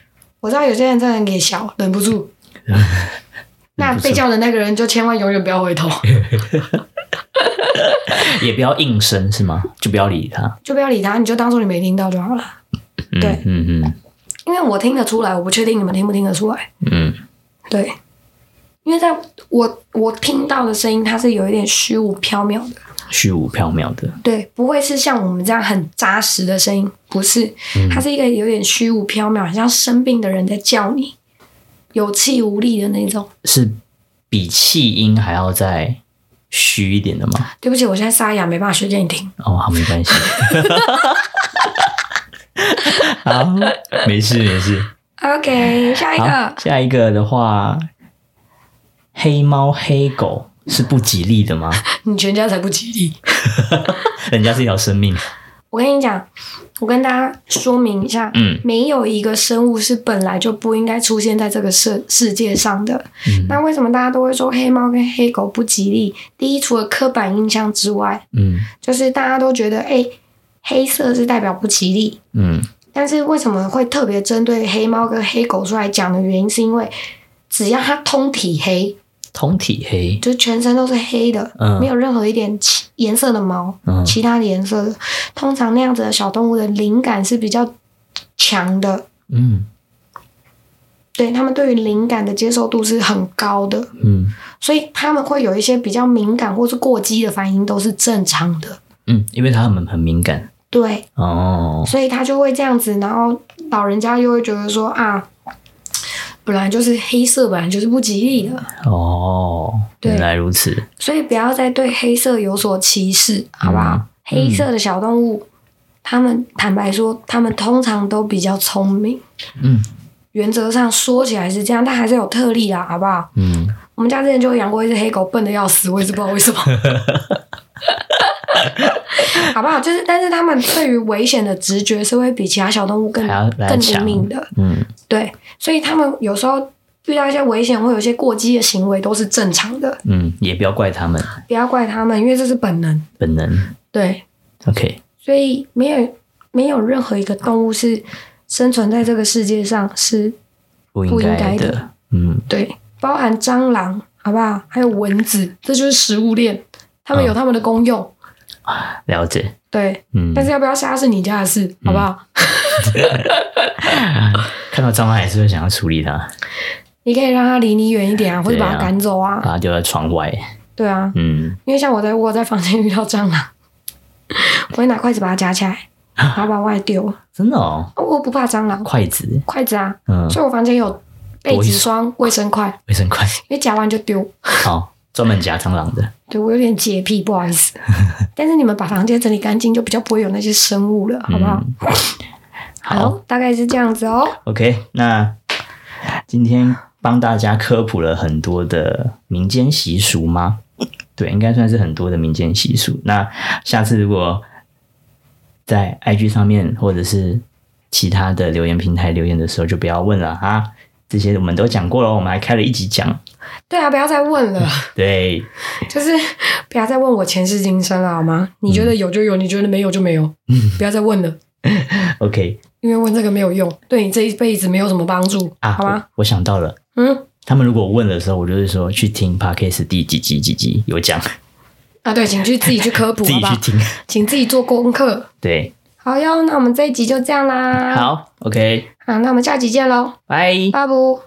S2: 我知道有些人真的很给小，忍不 住。那被叫的那个人就千万永远不要 回头，
S1: 也不要应声是吗？就不要理他，
S2: 就不要理他，你就当做你没听到就好了。
S1: 嗯
S2: 对
S1: 嗯嗯
S2: 因为我听得出来，我不确定你们听不听得出来。
S1: 嗯，
S2: 对，因为在我我听到的声音，它是有一点虚无缥缈的，
S1: 虚无缥缈的，
S2: 对，不会是像我们这样很扎实的声音，不是，
S1: 嗯
S2: 它是一个有点虚无缥缈，很像生病的人在叫你，有气无力的那种。
S1: 是比气音还要再虚一点的吗？
S2: 对不起，我现在沙哑，没办法学给你听。
S1: 哦，好，没关系。 好，没事没事。
S2: OK，下一
S1: 好
S2: 个，，
S1: 下一个的话，黑猫黑狗是不吉利的吗？
S2: 你全家才不吉利。
S1: 人家是一条生命。
S2: 我跟你讲，我跟大家说明一下，
S1: 嗯
S2: 没有一个生物是本来就不应该出现在这个世世界上的。
S1: 嗯
S2: 那为什么大家都会说黑猫跟黑狗不吉利？第一，除了刻板印象之外，
S1: 嗯
S2: 就是大家都觉得，哎、黑色是代表不吉利。
S1: 嗯
S2: 但是为什么会特别针对黑猫跟黑狗出来讲的原因，是因为只要它通体黑，
S1: 通体黑，
S2: 就是全身都是黑的，
S1: 嗯
S2: 没有任何一点其颜色的毛，
S1: 嗯
S2: 其他的颜色的，通常那样子的小动物的灵感是比较强的，
S1: 嗯
S2: 对它们对于灵感的接受度是很高的，
S1: 嗯
S2: 所以他们会有一些比较敏感或是过激的反应都是正常的。
S1: 嗯，因为它们很敏感
S2: 对，
S1: 哦。
S2: 所以他就会这样子，然后老人家又会觉得说啊，本来就是黑色，本来就是不吉利的，
S1: 哦，
S2: 对
S1: 原来如此。
S2: 所以不要再对黑色有所歧视，好不好？
S1: 嗯
S2: 黑色的小动物，他们坦白说，他们通常都比较聪明。
S1: 嗯
S2: 原则上说起来是这样，但还是有特例啦，好不好？
S1: 嗯
S2: 我们家之前就养过一只黑狗，笨的要死，我也是不知道 为什么。好不好？就是，但是他们对于危险的直觉是会比其他小动物更
S1: 还要来
S2: 更灵
S1: 强
S2: 敏的，
S1: 嗯，
S2: 对，所以他们有时候遇到一些危险或有一些过激的行为都是正常的，
S1: 嗯，也不要怪他们
S2: 不要怪他们，因为这是本能。
S1: 本能。
S2: 对，
S1: OK，
S2: 所以没有没有任何一个动物是生存在这个世界上是
S1: 不应
S2: 不应该
S1: 的。
S2: 的
S1: 嗯，
S2: 对，包含蟑螂，好不好？还有蚊子，这就是食物链，它们有它们的功用。
S1: 了解。
S2: 对，
S1: 嗯，
S2: 但是要不要杀是你家的事，好不好？
S1: 看到蟑螂还是会想要处理它，
S2: 你可以让它离你远一点啊，或者把它
S1: 对啊
S2: 赶走啊
S1: 把。它丢在窗外。
S2: 对啊，
S1: 嗯，
S2: 因为像我在我在房间遇到蟑螂， 我会拿筷子把它夹起 来，然后往外丢。
S1: 真的哦，
S2: 我不怕蟑螂，
S1: 筷子，
S2: 筷子啊，
S1: 嗯，
S2: 所以我房间有被子霜、卫生筷，
S1: 卫生筷，
S2: 因为夹完就丢。
S1: 好，专门夹蟑螂的。
S2: 对我有点洁癖，不好 意思。但是你们把房间整理干净，就比较不会有那些生物了，好不 好？
S1: 嗯好
S2: 大概是这样子哦。
S1: ，OK，那今天帮大家科普了很多的民间习俗吗？对，应该算是很多的民间习俗。那下次如果在 IG 上面或者是其他的留言平台留言的时候，就不要问了啊。这些我们都讲过了，我们还开了一集讲。
S2: 对啊，不要再问 了，
S1: 对，
S2: 就是不要再问我前世今生了，好吗？你觉得有就有，你觉得没有就没有，
S1: 嗯
S2: 不要再问了，
S1: OK
S2: 因为问这个没有用，对你这一辈子没有什么帮助，
S1: 啊，
S2: 好吗？
S1: 我我想到了，
S2: 嗯，
S1: 他们如果问的时候，我就是说去听 Podcast 第几集几集有讲，
S2: 啊，对，请去自己去科 普，
S1: 自
S2: 好
S1: 己
S2: 不
S1: 去
S2: 好？
S1: 听。
S2: 请自己做功课。
S1: 对，
S2: 好哟，那我们这一集就这样啦。啊
S1: 好，OK，
S2: 好，那我们下集见喽，
S1: 拜。
S2: 拜拜。